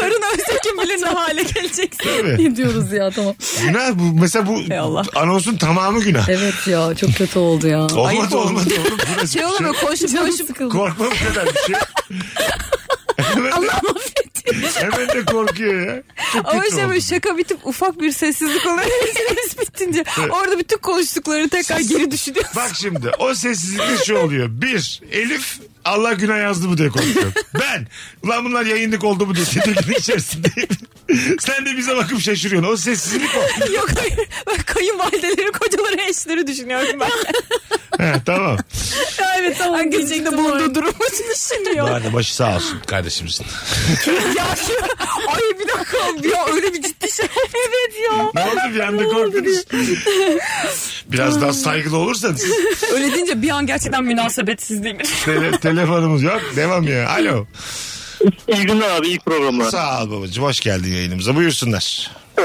B: Karın ölse kim bilir ne hale geleceksin.
A: Tabii.
C: Ne diyoruz ya tamam.
A: Günah bu. Mesela bu
B: Ey Allah.
A: anonsun tamamı günah.
C: Evet ya çok kötü oldu ya.
A: Olmadı olmadı. oğlum. Burası
B: Şey olur mu koşup
C: Canım
B: koşup
C: sıkıldı.
A: Korkma bu kadar bir şey. Hemen de, Hemen de korkuyor ya. Çok
B: Ama
A: kötü
B: şey
A: oldu.
B: böyle şaka bitip ufak bir sessizlik oluyor. Sessiz bitince orada bütün konuştuklarını tekrar geri düşünüyorsun.
A: Bak şimdi o sessizlikte şu oluyor. Bir, Elif Allah günah yazdı mı diye korkuyor. Ben, ulan bunlar yayınlık oldu mu diye tedirginlik içerisindeyim. Sen de bize bakıp şaşırıyorsun. O sessizlik o.
B: Yok hayır. Ben kayınvalideleri, kocaları, eşleri düşünüyorum ben.
A: He, tamam.
B: evet tamam. Herkes
C: diyecektim
B: içinde bulunduğu durumu düşünüyor.
A: Bu arada başı sağ olsun kardeşimizin.
B: ya ay bir dakika ya öyle bir ciddi şey. evet ya.
A: Ne oldu bir anda korktunuz? Biraz daha saygılı olursanız.
B: Öyle deyince bir an gerçekten münasebetsizliğimiz.
A: Tele- telefonumuz yok. Devam ya. Alo.
F: İyi günler abi iyi programlar.
A: Sağ ol babacığım. Hoş geldin yayınımıza. Buyursunlar.
F: Ee,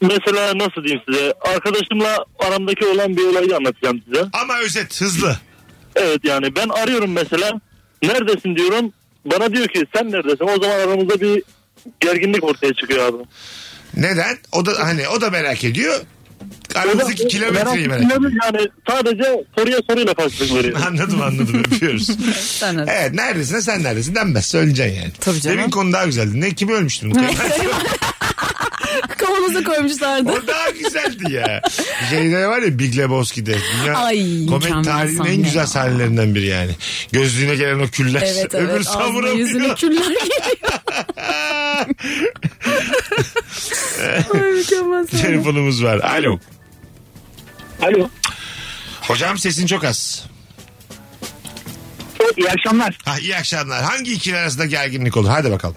F: mesela nasıl diyeyim size arkadaşımla aramdaki olan bir olayı anlatacağım size.
A: Ama özet hızlı.
F: Evet yani ben arıyorum mesela neredesin diyorum bana diyor ki sen neredesin o zaman aramızda bir gerginlik ortaya çıkıyor abi.
A: Neden? O da hani o da merak ediyor. Aramızdaki
F: Ben-
A: kilometreyi
F: ben-
A: merak ediyor.
F: Yani sadece soruya soruyla karşılık veriyor.
A: Anladım anladım öpüyoruz.
C: Sen öyle.
A: evet neredesin sen neredesin denmez söyleyeceksin yani.
B: Tabii canım.
A: Demin konu daha güzeldi. Ne kimi ölmüştün?
C: Kavanoza koymuşlardı.
A: o daha güzeldi ya. Şeyde var ya Big Lebowski'de. Dünya
C: Ay,
A: komedi
C: mükemmel
A: tarihinin en
C: sahne
A: güzel
C: ya.
A: sahnelerinden biri yani. Gözlüğüne gelen o küller.
C: Evet evet.
A: Öbür
C: Ağzına, yüzüne
A: savuramıyor.
C: küller geliyor. Ay, mükemmel sahne.
A: Telefonumuz var. Alo.
D: Alo.
A: Hocam sesin çok az.
D: İyi akşamlar.
A: Ha, iyi akşamlar. Hangi ikili arasında gerginlik olur? Hadi bakalım.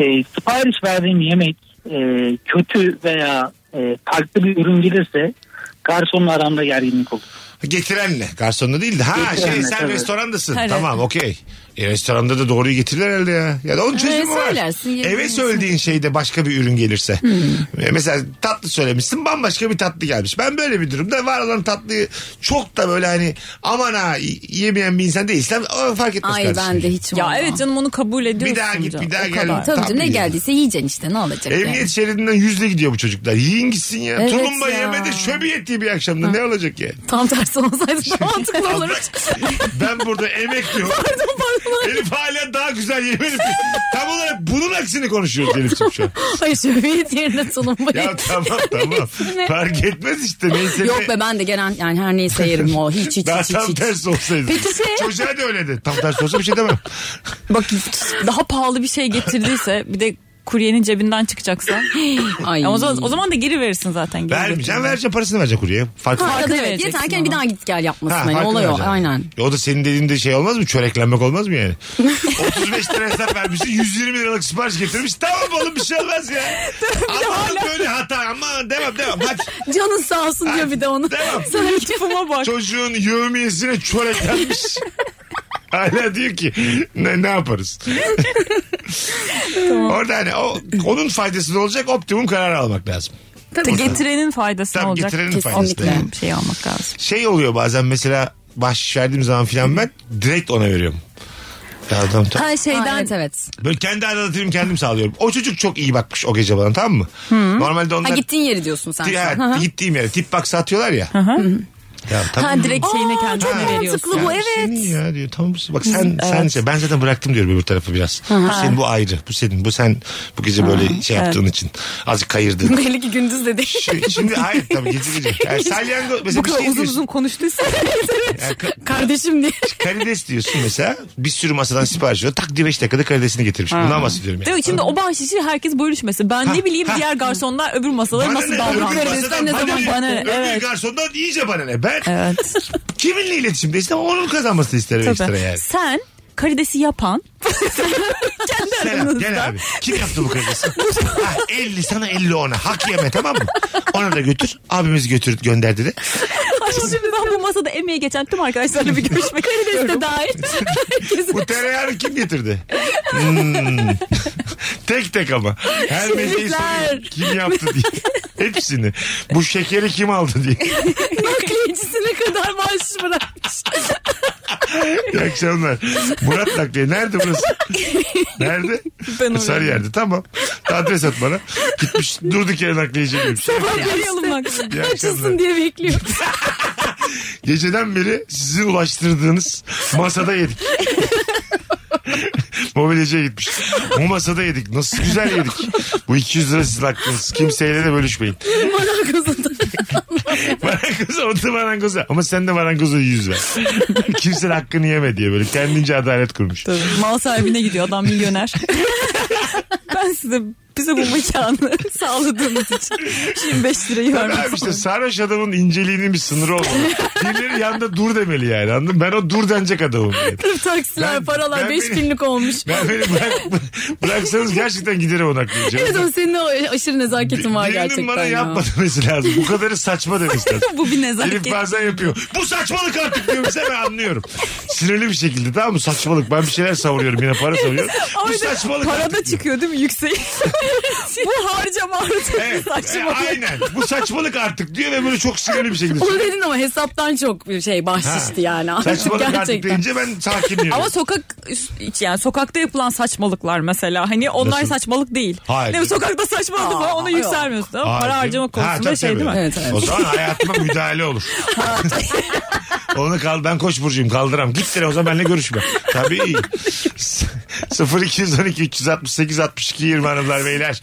D: Ee, sipariş verdiğim yemek e, kötü veya e, farklı bir ürün gelirse garsonla aramda gerginlik olur.
A: Getirenle. Garsonla değil de. Ha
D: Getirenle,
A: şey sen
D: tabii.
A: restorandasın.
B: Evet.
A: Tamam okey. E, restoranda da doğruyu getirirler herhalde ya. Ya da onun çözümü var.
C: söylersin, Hmm.
A: Eve
C: yemeğini
A: söylediğin şeyde başka bir ürün gelirse. E, Mesela tatlı söylemişsin bambaşka bir tatlı gelmiş. Ben böyle bir durumda var olan tatlıyı çok da böyle hani aman ha y- yemeyen bir insan değilsem o fark etmez
C: Ay
A: kardeşim.
C: ben de hiç
B: ya
C: vallahi.
B: evet canım onu kabul ediyorsun.
A: Bir daha git
B: canım.
A: bir daha
B: O
A: gel.
B: kadar.
C: Tabii
A: Tatlı
C: canım ne
A: yiyelim.
C: geldiyse yiyeceksin işte ne olacak
A: Emniyet şeridinden yüzle gidiyor bu çocuklar. Yiyin gitsin ya.
C: Evet
A: Tulumba
C: ya.
A: yemede şöbiyet diye bir akşamda ne olacak ya?
C: yani. Tam tersi olsaydı daha mantıklı olur.
A: ben burada emek diyorum.
C: Pardon pardon.
A: Elif hala daha güzel yemeğini Tam olarak bunun aksini konuşuyoruz Elif'ciğim şu an.
C: Hayır şöbiyet yerine tulumba
A: Ya tamam tamam. Fark etmez işte neyse.
C: Yok
A: ne-
C: be ben de gelen yani her neyse yerim o hiç hiç hiç
A: Daha
C: hiç.
A: tam
C: hiç.
A: tersi olsaydı.
C: Peki şey-
A: Çocuğa da öyle de. Tam tersi olsa bir şey demem.
B: Bak daha pahalı bir şey getirdiyse bir de kuryenin cebinden çıkacaksa.
C: Ay.
B: Ya o, zaman, o zaman da geri verirsin zaten. Geri
A: Vermeyeceğim
B: götürme.
A: vereceğim parasını verecek kurye. Farklı.
C: Ha,
B: Farkını
C: evet,
B: vereceksin
C: yeter ki bir
B: ona.
C: daha git gel yapmasın.
A: Ha,
C: hani,
A: farkını
C: olay o
A: vereceksin.
C: aynen.
A: E O da senin dediğinde şey olmaz mı? Çöreklenmek olmaz mı yani? 35 lira hesap vermişsin 120 liralık sipariş getirmiş. Tamam oğlum bir şey olmaz ya. ama böyle hata ama devam devam. Hadi
C: Canın sağ olsun diyor bir de onu.
A: Devam.
C: Sen YouTube'uma bak.
A: çocuğun yövmiyesine çöreklenmiş. Hala diyor ki ne, ne yaparız? Orada hani o, onun faydası ne olacak optimum karar almak lazım.
B: Tabii getirenin faydası ne
A: Tabii
B: olacak?
A: getirenin
B: Kesinlikle
A: faydası da yani.
B: bir şey almak lazım.
A: Şey oluyor bazen mesela bahşiş verdiğim zaman filan ben direkt ona veriyorum. Ya adam tam-
B: Her
C: Şeyden,
B: şeyden
C: evet evet.
A: Böyle kendi anlatırım kendim sağlıyorum. O çocuk çok iyi bakmış o gece bana tamam mı? Normalde onlar...
C: Ha gittiğin yeri diyorsun sen.
A: Ti-
C: şu an.
A: evet, gittiğim yere tip box atıyorlar ya. Ya tamam.
B: Ha direkt şeyine kendine
C: çok
B: veriyorsun.
C: mantıklı bu
A: Yani
C: evet.
A: Senin ya diyor. Tamam bak sen sen işte ben zaten bıraktım diyorum öbür tarafı biraz. Bu senin bu ayrı. Bu senin bu sen bu gece böyle şey yaptığın için azıcık kayırdın.
C: Belli ki gündüz de değil.
A: Şimdi- Şimdi hayır tabii gece gece. Yani salyangoz mesela
B: Bu
A: bir
B: kadar
A: şey
B: uzun
A: diyorsun.
B: uzun konuştuysa
A: Yani ka-
C: Kardeşim diye.
A: karides diyorsun mesela. Bir sürü masadan sipariş veriyor. Tak diye 5 dakikada karidesini getirmiş. Bundan bahsediyorum
B: Değil
A: yani.
B: mi? Şimdi o bahşişi herkes bölüşmesin. Ben ne bileyim diğer garsonlar öbür masalara nasıl davranıyor.
A: masadan
B: ne zaman bana ne?
A: Öbür
B: Evet.
A: garsondan iyice bana ne? Ben
B: Evet.
A: kiminle iletişimde istemem onun kazanmasını isterim ekstra
B: Tabii.
A: yani.
B: Sen karidesi yapan
A: Selam gel abi. Kim yaptı bu karidesi? ha, 50 sana 50 ona. Hak yeme tamam mı? Ona da götür. Abimiz götür gönderdi de.
B: Ay şimdi ben bu masada emeği geçen tüm arkadaşlarla bir görüşmek istiyorum. de dahil.
A: Bu tereyağını kim getirdi? Hmm. tek tek ama. Her mesleği soruyor. Kim yaptı diye. Hepsini. Bu şekeri kim aldı diye.
C: Nakliyecisine kadar maaş bırakmış.
A: İyi akşamlar. Murat Nakliye. Nerede burası? Nerede?
B: Ben
A: Sarı yerde. Tamam. Adres at bana. Gitmiş durduk yere nakliyeciye girmiş.
B: Arayalım bak.
A: İyi akşamlar.
C: Açılsın diye bekliyorum.
A: Geceden beri sizin ulaştırdığınız masada yedik. Mobilyacıya gitmiş. Bu masada yedik. Nasıl güzel yedik. Bu 200 lira sizin hakkınız. Kimseyle de bölüşmeyin.
C: Marangozundan.
A: Marangoza otu marangoza. Ama sen de marangoza yüz ver. Kimsenin hakkını yeme diye böyle kendince adalet kurmuş.
B: Mal sahibine gidiyor adam milyoner. ben size bize bu mekanı sağladığınız için 25 lirayı
A: Tabii
B: vermek
A: abi işte sarhoş adamın inceliğinin bir sınırı olmalı. Birileri yanında dur demeli yani anladın mı? Ben o dur denecek adamım. yani.
C: Taksiler,
A: Ben- ben
C: paralar
A: beni-
C: 5 binlik olmuş.
A: Ben beni bırak, bıraksanız gerçekten giderim onaklayacağım.
C: Evet ama senin o aşırı nezaketin var gerçekten
A: bana
C: ya.
A: yapma demesi lazım. Bu kadarı saçma demesi lazım.
B: Bu bir
A: Elif
B: nezaket.
A: bazen yapıyor. Bu saçmalık artık diyorum ben anlıyorum. Sinirli bir şekilde tamam mı? Saçmalık. Ben bir şeyler savuruyorum yine para savuruyorum. Bu saçmalık
B: Para da
A: artık diyor.
B: çıkıyor değil mi yüksek? bu harcama artık
A: Evet.
B: saçma.
A: E, aynen. Bu saçmalık artık diyor ve böyle çok sinirli bir şekilde.
C: Onu dedin ama hesaptan çok bir şey bahşişti yani. artık
A: saçmalık artık
C: gerçekten.
A: deyince ben sakinliyorum.
B: Ama sokak üst- yani sokakta yapılan saçmalıklar mesela hani onlar
A: Nasıl?
B: saçmalık değil.
A: Hayır.
B: Değil mi? Sokakta saçmalık var ona
C: yok.
B: yükselmiyorsun. Ama
A: Hayır.
B: Para harcama
A: Ha, tabii,
B: konusunda şey
A: tabii.
B: değil mi?
C: Evet, evet.
A: O zaman hayatıma müdahale olur. Onu kal ben koç burcuyum kaldıram. Git sen o zaman benimle görüşme. Tabii. 0212 368 62 20 hanımlar beyler.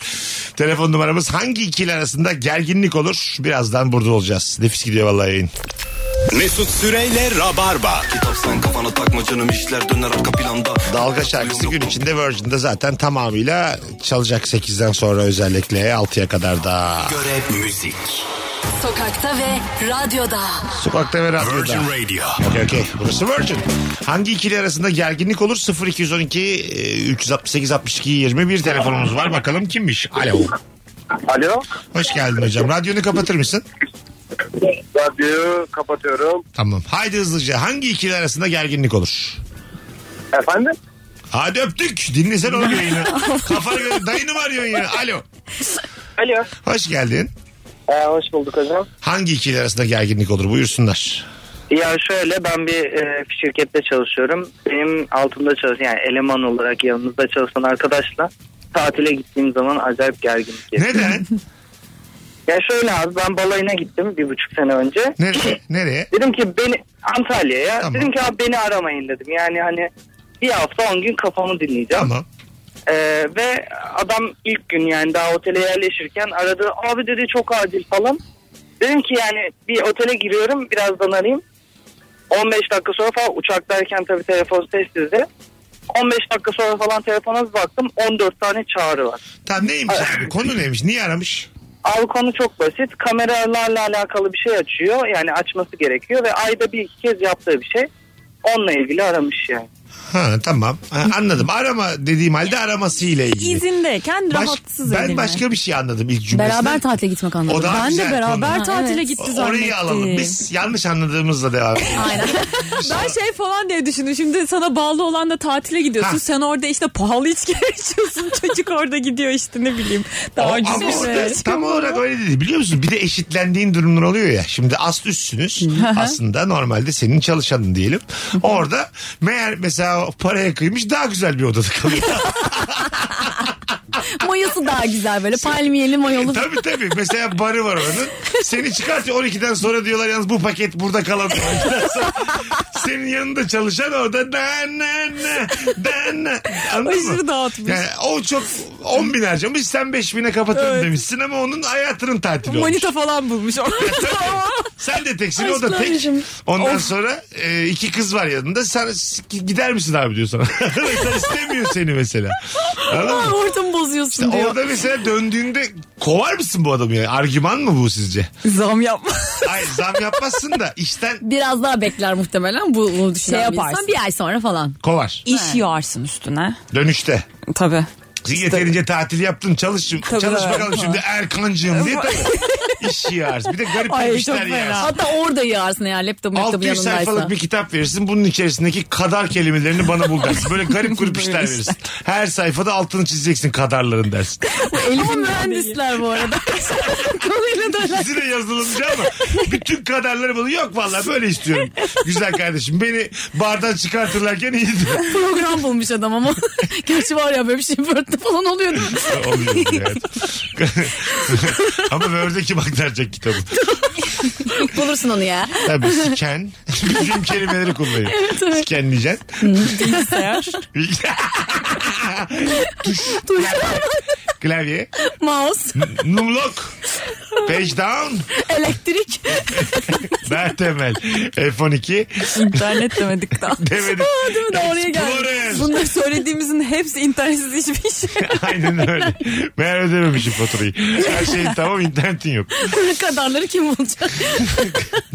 A: Telefon numaramız hangi ikili arasında gerginlik olur? Birazdan burada olacağız. Nefis gidiyor vallahi yayın.
G: Mesut Süreyle Rabarba.
H: Kitap sen kafana takma canım işler döner arka planda.
A: Dalga şarkısı gün içinde Virgin'de zaten tamamıyla çalacak 8'den sonra özellikle 6'ya kadar da.
H: Görev müzik.
C: Sokakta ve radyoda.
A: Sokakta ve radyoda.
G: Virgin Radio.
A: Okey okey. Burası Virgin. Hangi ikili arasında gerginlik olur? 0212 e, 368 62 20 bir telefonumuz var. Bakalım kimmiş? Alo.
D: Alo.
A: Hoş geldin hocam. Radyonu kapatır mısın?
D: Radyoyu kapatıyorum.
A: Tamam. Haydi hızlıca. Hangi ikili arasında gerginlik olur?
D: Efendim?
A: Hadi öptük. Dinlesen onu yayını. Kafana göre dayını mı arıyorsun ya? Alo.
D: Alo.
A: Hoş geldin.
D: Ee, hoş bulduk hocam.
A: Hangi ikili arasında gerginlik olur? Buyursunlar.
D: Ya şöyle ben bir e, şirkette çalışıyorum. Benim altımda çalışan yani eleman olarak yanımızda çalışan arkadaşla tatile gittiğim zaman acayip gerginlik yaşadım.
A: Neden?
D: Ya şöyle abi ben balayına gittim bir buçuk sene önce.
A: Nereye? Nereye?
D: Dedim ki beni Antalya'ya.
A: Tamam.
D: Dedim ki abi beni aramayın dedim. Yani hani bir hafta on gün kafamı dinleyeceğim.
A: Tamam.
D: Ee, ve adam ilk gün yani daha otele yerleşirken aradı. Abi dedi çok acil falan. Dedim ki yani bir otele giriyorum birazdan arayayım. 15 dakika sonra falan uçaktayken tabii telefon sessizdi. 15 dakika sonra falan telefona bir baktım 14 tane çağrı var.
A: Tamam neymiş abi? Konu neymiş? Niye aramış?
D: Abi konu çok basit. Kameralarla alakalı bir şey açıyor. Yani açması gerekiyor ve ayda bir iki kez yaptığı bir şey. Onunla ilgili aramış yani.
A: Ha, tamam Ha, anladım. Arama dediğim halde araması ile ilgili.
B: İzindeyken
A: Baş-
B: rahatsız
A: ben
B: edilme.
A: başka bir şey anladım ilk cümlesinden.
C: Beraber tatile gitmek anlamında.
A: O daha
B: Ben
A: güzel
B: de beraber
A: konu.
B: tatile
C: Evet.
B: gitti
A: O-
B: zannettim.
A: Orayı alalım. Biz yanlış anladığımızla devam edelim.
C: Aynen.
B: Ben şey falan diye düşündüm. Şimdi sana bağlı olan da tatile gidiyorsun.
A: Ha.
B: Sen orada işte pahalı içkiler içiyorsun. Çocuk orada gidiyor işte ne bileyim.
A: O-
B: Daha
A: ama
B: ucuz bir
A: orada
B: şey.
A: tam olarak öyle değil biliyor musun? Bir de eşitlendiğin durumlar oluyor ya. Şimdi ast üstsünüz aslında normalde senin çalışanın diyelim. Orada meğer mesela paraya kıymış daha güzel bir odada kalıyor.
C: Mayası daha güzel böyle palmiyeli mayolu.
A: tabii tabii mesela barı var oranın. Seni çıkartıyor 12'den sonra diyorlar yalnız bu paket burada kalamıyor. Ondan sonra Senin yanında çalışan orada da na na da na. Anladın mı?
B: Aşırı dağıtmış.
A: Yani o çok 10 bin harcamış sen 5 bine kapatırım
B: Evet.
A: demişsin ama onun hayatının tatili olmuş.
B: Manita falan bulmuş orada.
A: Sen de teksin o da tek.
C: Aşklarım.
A: Ondan sonra e, iki kız var yanında. Sen s- gider misin abi diyor sana. Mesela istemiyor seni mesela. Anladın mı?
C: Ortamı bozuyorsun diyor.
A: Orada mesela döndüğünde kovar mısın bu adamı ya? Argüman mı bu sizce?
B: Zam yapma.
A: Hayır zam yapmazsın da işten
C: Biraz daha bekler muhtemelen bu, bu düşünen
B: Şey
C: bir insan.
B: yaparsın.
C: Bir ay sonra falan.
A: kovar.
B: İş yarsın üstüne.
A: Dönüşte.
B: Tabii.
A: Yeterince tatil yaptın çalış. çalış
B: tabii.
A: bakalım şimdi Erkancığım diye tabii. İş yiyersin. Bir de garip
B: Ay,
A: bir işler
B: çok fena.
A: yersin.
C: Hatta orada yağarsın eğer laptopun laptopun
A: 600
C: yanındaysa.
A: sayfalık bir kitap verirsin. Bunun içerisindeki kadar kelimelerini bana bul dersin. Böyle garip grup işler
B: şey.
A: verirsin. Her sayfada altını çizeceksin kadarların dersin.
C: Ama mühendisler bu arada. Konuyla da alakalı.
A: İkisi de yazılımcı ama bütün kadarları bul. Yok vallahi böyle istiyorum. Güzel kardeşim beni bardan çıkartırlarken iyiydi.
C: program bulmuş adam ama. Gerçi var ya böyle bir şey Word'de falan oluyor değil mi?
A: Oluyor evet. ama Word'deki bak derecek kitabı.
C: Bulursun onu ya.
A: Tabii siken. Bildiğim kelimeleri kullanıyor. Sikenleyeceksin. Bilgisayar. Tuş. Klavye.
C: Mouse,
A: Numlok. Page down.
C: elektrik.
A: Bertemel. F12.
B: İnternet demedik daha.
A: Demedik.
C: Değil mi? De oraya
A: Explorer.
C: geldi. Bunları söylediğimizin hepsi internetsiz hiçbir şey.
A: Aynen öyle. Meğer ödememişim faturayı. Her şeyin tamam internetin yok.
C: Kadarları kim bulacak?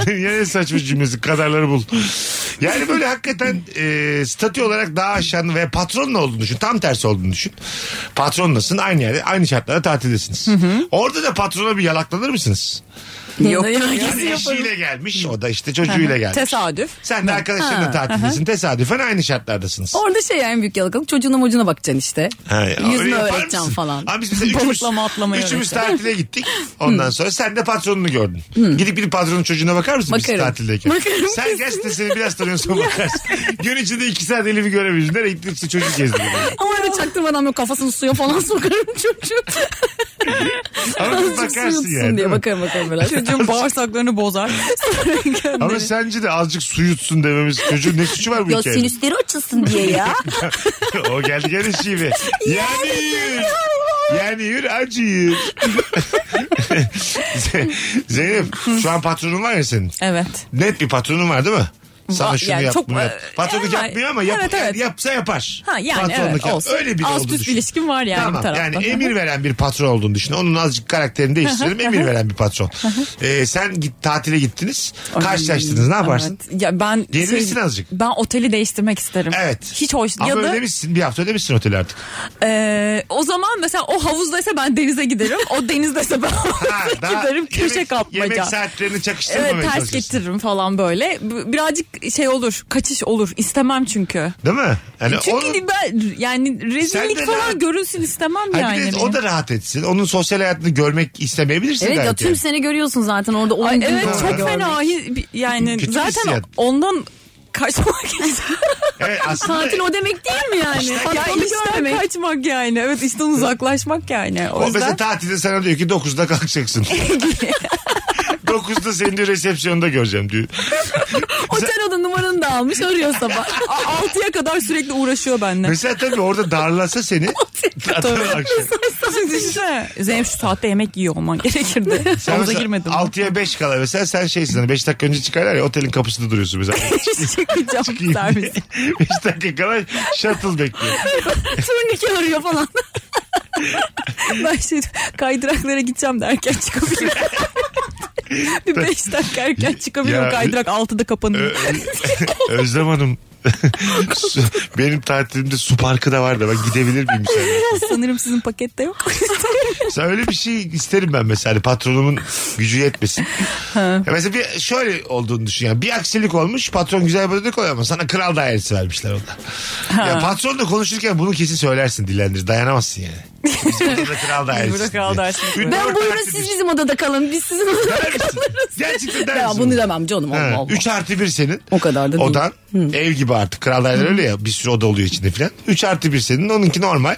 A: ya ne saçma cümlesi kadarları bul. Yani böyle hakikaten e, statü olarak daha aşan ve patronla olduğunu düşün. Tam tersi olduğunu düşün. Patronlasın aynı yerde aynı şartlarda tatildesiniz. Orada da patrona bir yalaklanır mısınız?
C: Yok.
A: Yani eşiyle gelmiş o da işte çocuğuyla gelmiş.
B: Tesadüf.
A: Sen de arkadaşlarınla tatildesin. Tesadüfen aynı şartlardasınız.
C: Orada şey ya en büyük yalakalık çocuğuna mocuğuna bakacaksın işte.
A: Ha, ya, öyle
C: Yüzme
A: yapar
C: öğreteceğim
A: mısın?
C: falan.
A: Abi biz mesela üçümüz,
B: Balıklama, atlamayı
A: üçümüz
B: öğreteceğim.
A: tatile gittik. Ondan sonra sen de patronunu gördün. Gidip bir patronun çocuğuna bakar mısın biz
C: Bakarım.
A: tatildeyken?
C: Bakarım
A: Sen gerçekten seni biraz tanıyorsun sonra bakarsın. Gün içinde iki saat elimi göremiyorsun. Nereye gittin işte çocuk gezdiriyor.
C: Ama öyle çaktırmadan böyle kafasını suya falan sokarım çocuğu.
A: Ama bir
C: Azıcık
A: bakarsın
C: suyutsun
A: yani. değil
C: diye
A: mi?
C: bakarım bakarım böyle.
B: Çocuğun bağırsaklarını bozar.
A: Ama sence de azıcık su yutsun dememiz çocuğun ne suçu var bu hikayede?
C: açılsın diye ya.
A: o geldi gene şive. Yani yür. Yani yür acı yür. Z- Zeynep şu an patronun var ya senin.
B: evet.
A: Net bir patronun var değil mi? Sana
B: Va-
A: şunu
B: yani
A: yap,
B: çok-
A: bunu yap.
B: e,
A: Patronluk
B: yani-
A: yapmıyor ama yap,
B: Evet, evet.
A: yapsa yapar.
B: Ha yani
A: Patronluk
B: evet
A: yap.
B: olsun.
A: Öyle bir
B: Az bir ilişkin var yani bir
A: Tamam
B: tarafta.
A: yani emir veren bir patron olduğunu düşün. Onun azıcık karakterini değiştirelim. emir veren bir patron. Ee, sen git tatile gittiniz. Karşılaştınız ne yaparsın?
B: Evet. Ya ben şey-
A: Gerilirsin azıcık.
B: Ben oteli değiştirmek isterim.
A: Evet.
B: Hiç hoş
A: Ama
B: ya da
A: ödemişsin bir hafta ödemişsin oteli artık.
B: e, o zaman mesela o havuzdaysa ben denize giderim. o denizdeyse ben
A: Ha,
B: havuza
A: daha
B: giderim. Köşe
A: yemek- Yemek
B: kapmaca.
A: saatlerini çakıştırmamaya
B: Evet ters
A: çalışırsın.
B: getiririm falan böyle. B- Birazcık şey olur. Kaçış olur. İstemem çünkü.
A: Değil mi? Yani
B: Çünkü
A: onun-
B: ben yani rezillik
A: de
B: falan
A: rahat-
B: görünsün istemem
A: Ha, bir
B: yani.
A: de o da rahat etsin. Onun sosyal hayatını görmek istemeyebilirsin.
C: Evet ya
A: belki.
C: tüm seni görüyorsun zaten orada.
B: Ay,
C: oyuncu
B: evet
C: olarak
B: çok
C: görmek.
B: fena. Hi- Yani
A: Kötü
B: zaten
A: hissiyat.
B: ondan kaçmak istiyorum.
A: Evet, aslında
C: Tatil o demek değil mi yani?
B: ya
C: Patronu
B: işten
C: görmemek.
B: kaçmak yani. Evet işten uzaklaşmak yani. O,
A: O mesela
B: yüzden
A: tatilde sana diyor ki 9'da kalkacaksın. 9'da seni diyor resepsiyonda göreceğim diyor.
C: Otel oda numaranı da almış arıyor sabah.
B: A- 6'ya kadar sürekli uğraşıyor benimle.
A: Mesela tabii orada darlasa seni.
B: Tabii.
A: Akşam.
B: Şimdi işte Zeynep şu saatte yemek yiyor olman gerekirdi.
A: Sen
B: Havuza
A: mesela
B: girmedim.
A: 6'ya 5 kala mesela sen şeysin hani 5 dakika önce çıkarlar ya otelin kapısında duruyorsun mesela.
B: Çıkacağım servis.
A: 5 dakika kala shuttle bekliyor.
C: Turnike arıyor falan.
B: Ben şey kaydıraklara gideceğim derken çıkabilirim. Bir beş dakika erken çıkabiliyorum.
A: Ya-
B: Kaydırak altıda kapanıyor.
A: Özlem Hanım. su- benim tatilimde su parkı da var da ben gidebilir miyim sen?
B: Sanırım sizin pakette yok.
A: Sen öyle bir şey isterim ben mesela Hani patronumun gücü yetmesin. Ya mesela bir şöyle olduğunu düşün yani bir aksilik olmuş patron güzel bir ödülük oluyor ama sana kral dairesi vermişler onda. Ya patronla konuşurken bunu kesin söylersin dilendir dayanamazsın yani. Bizim odada kral dairesi.
B: burada kral dairesi.
C: Ben buyurun siz bizim odada kalın. Biz sizin odada
A: Gerçekten der
C: Ya
A: misin
C: bunu
A: bunu?
C: demem canım.
A: Ha,
C: Allah Allah.
A: 3 artı 1 senin.
C: O kadar da değil.
A: Odan ev gibi artık. Kral daireler öyle ya bir sürü oda oluyor içinde filan. 3 artı 1 senin onunki normal.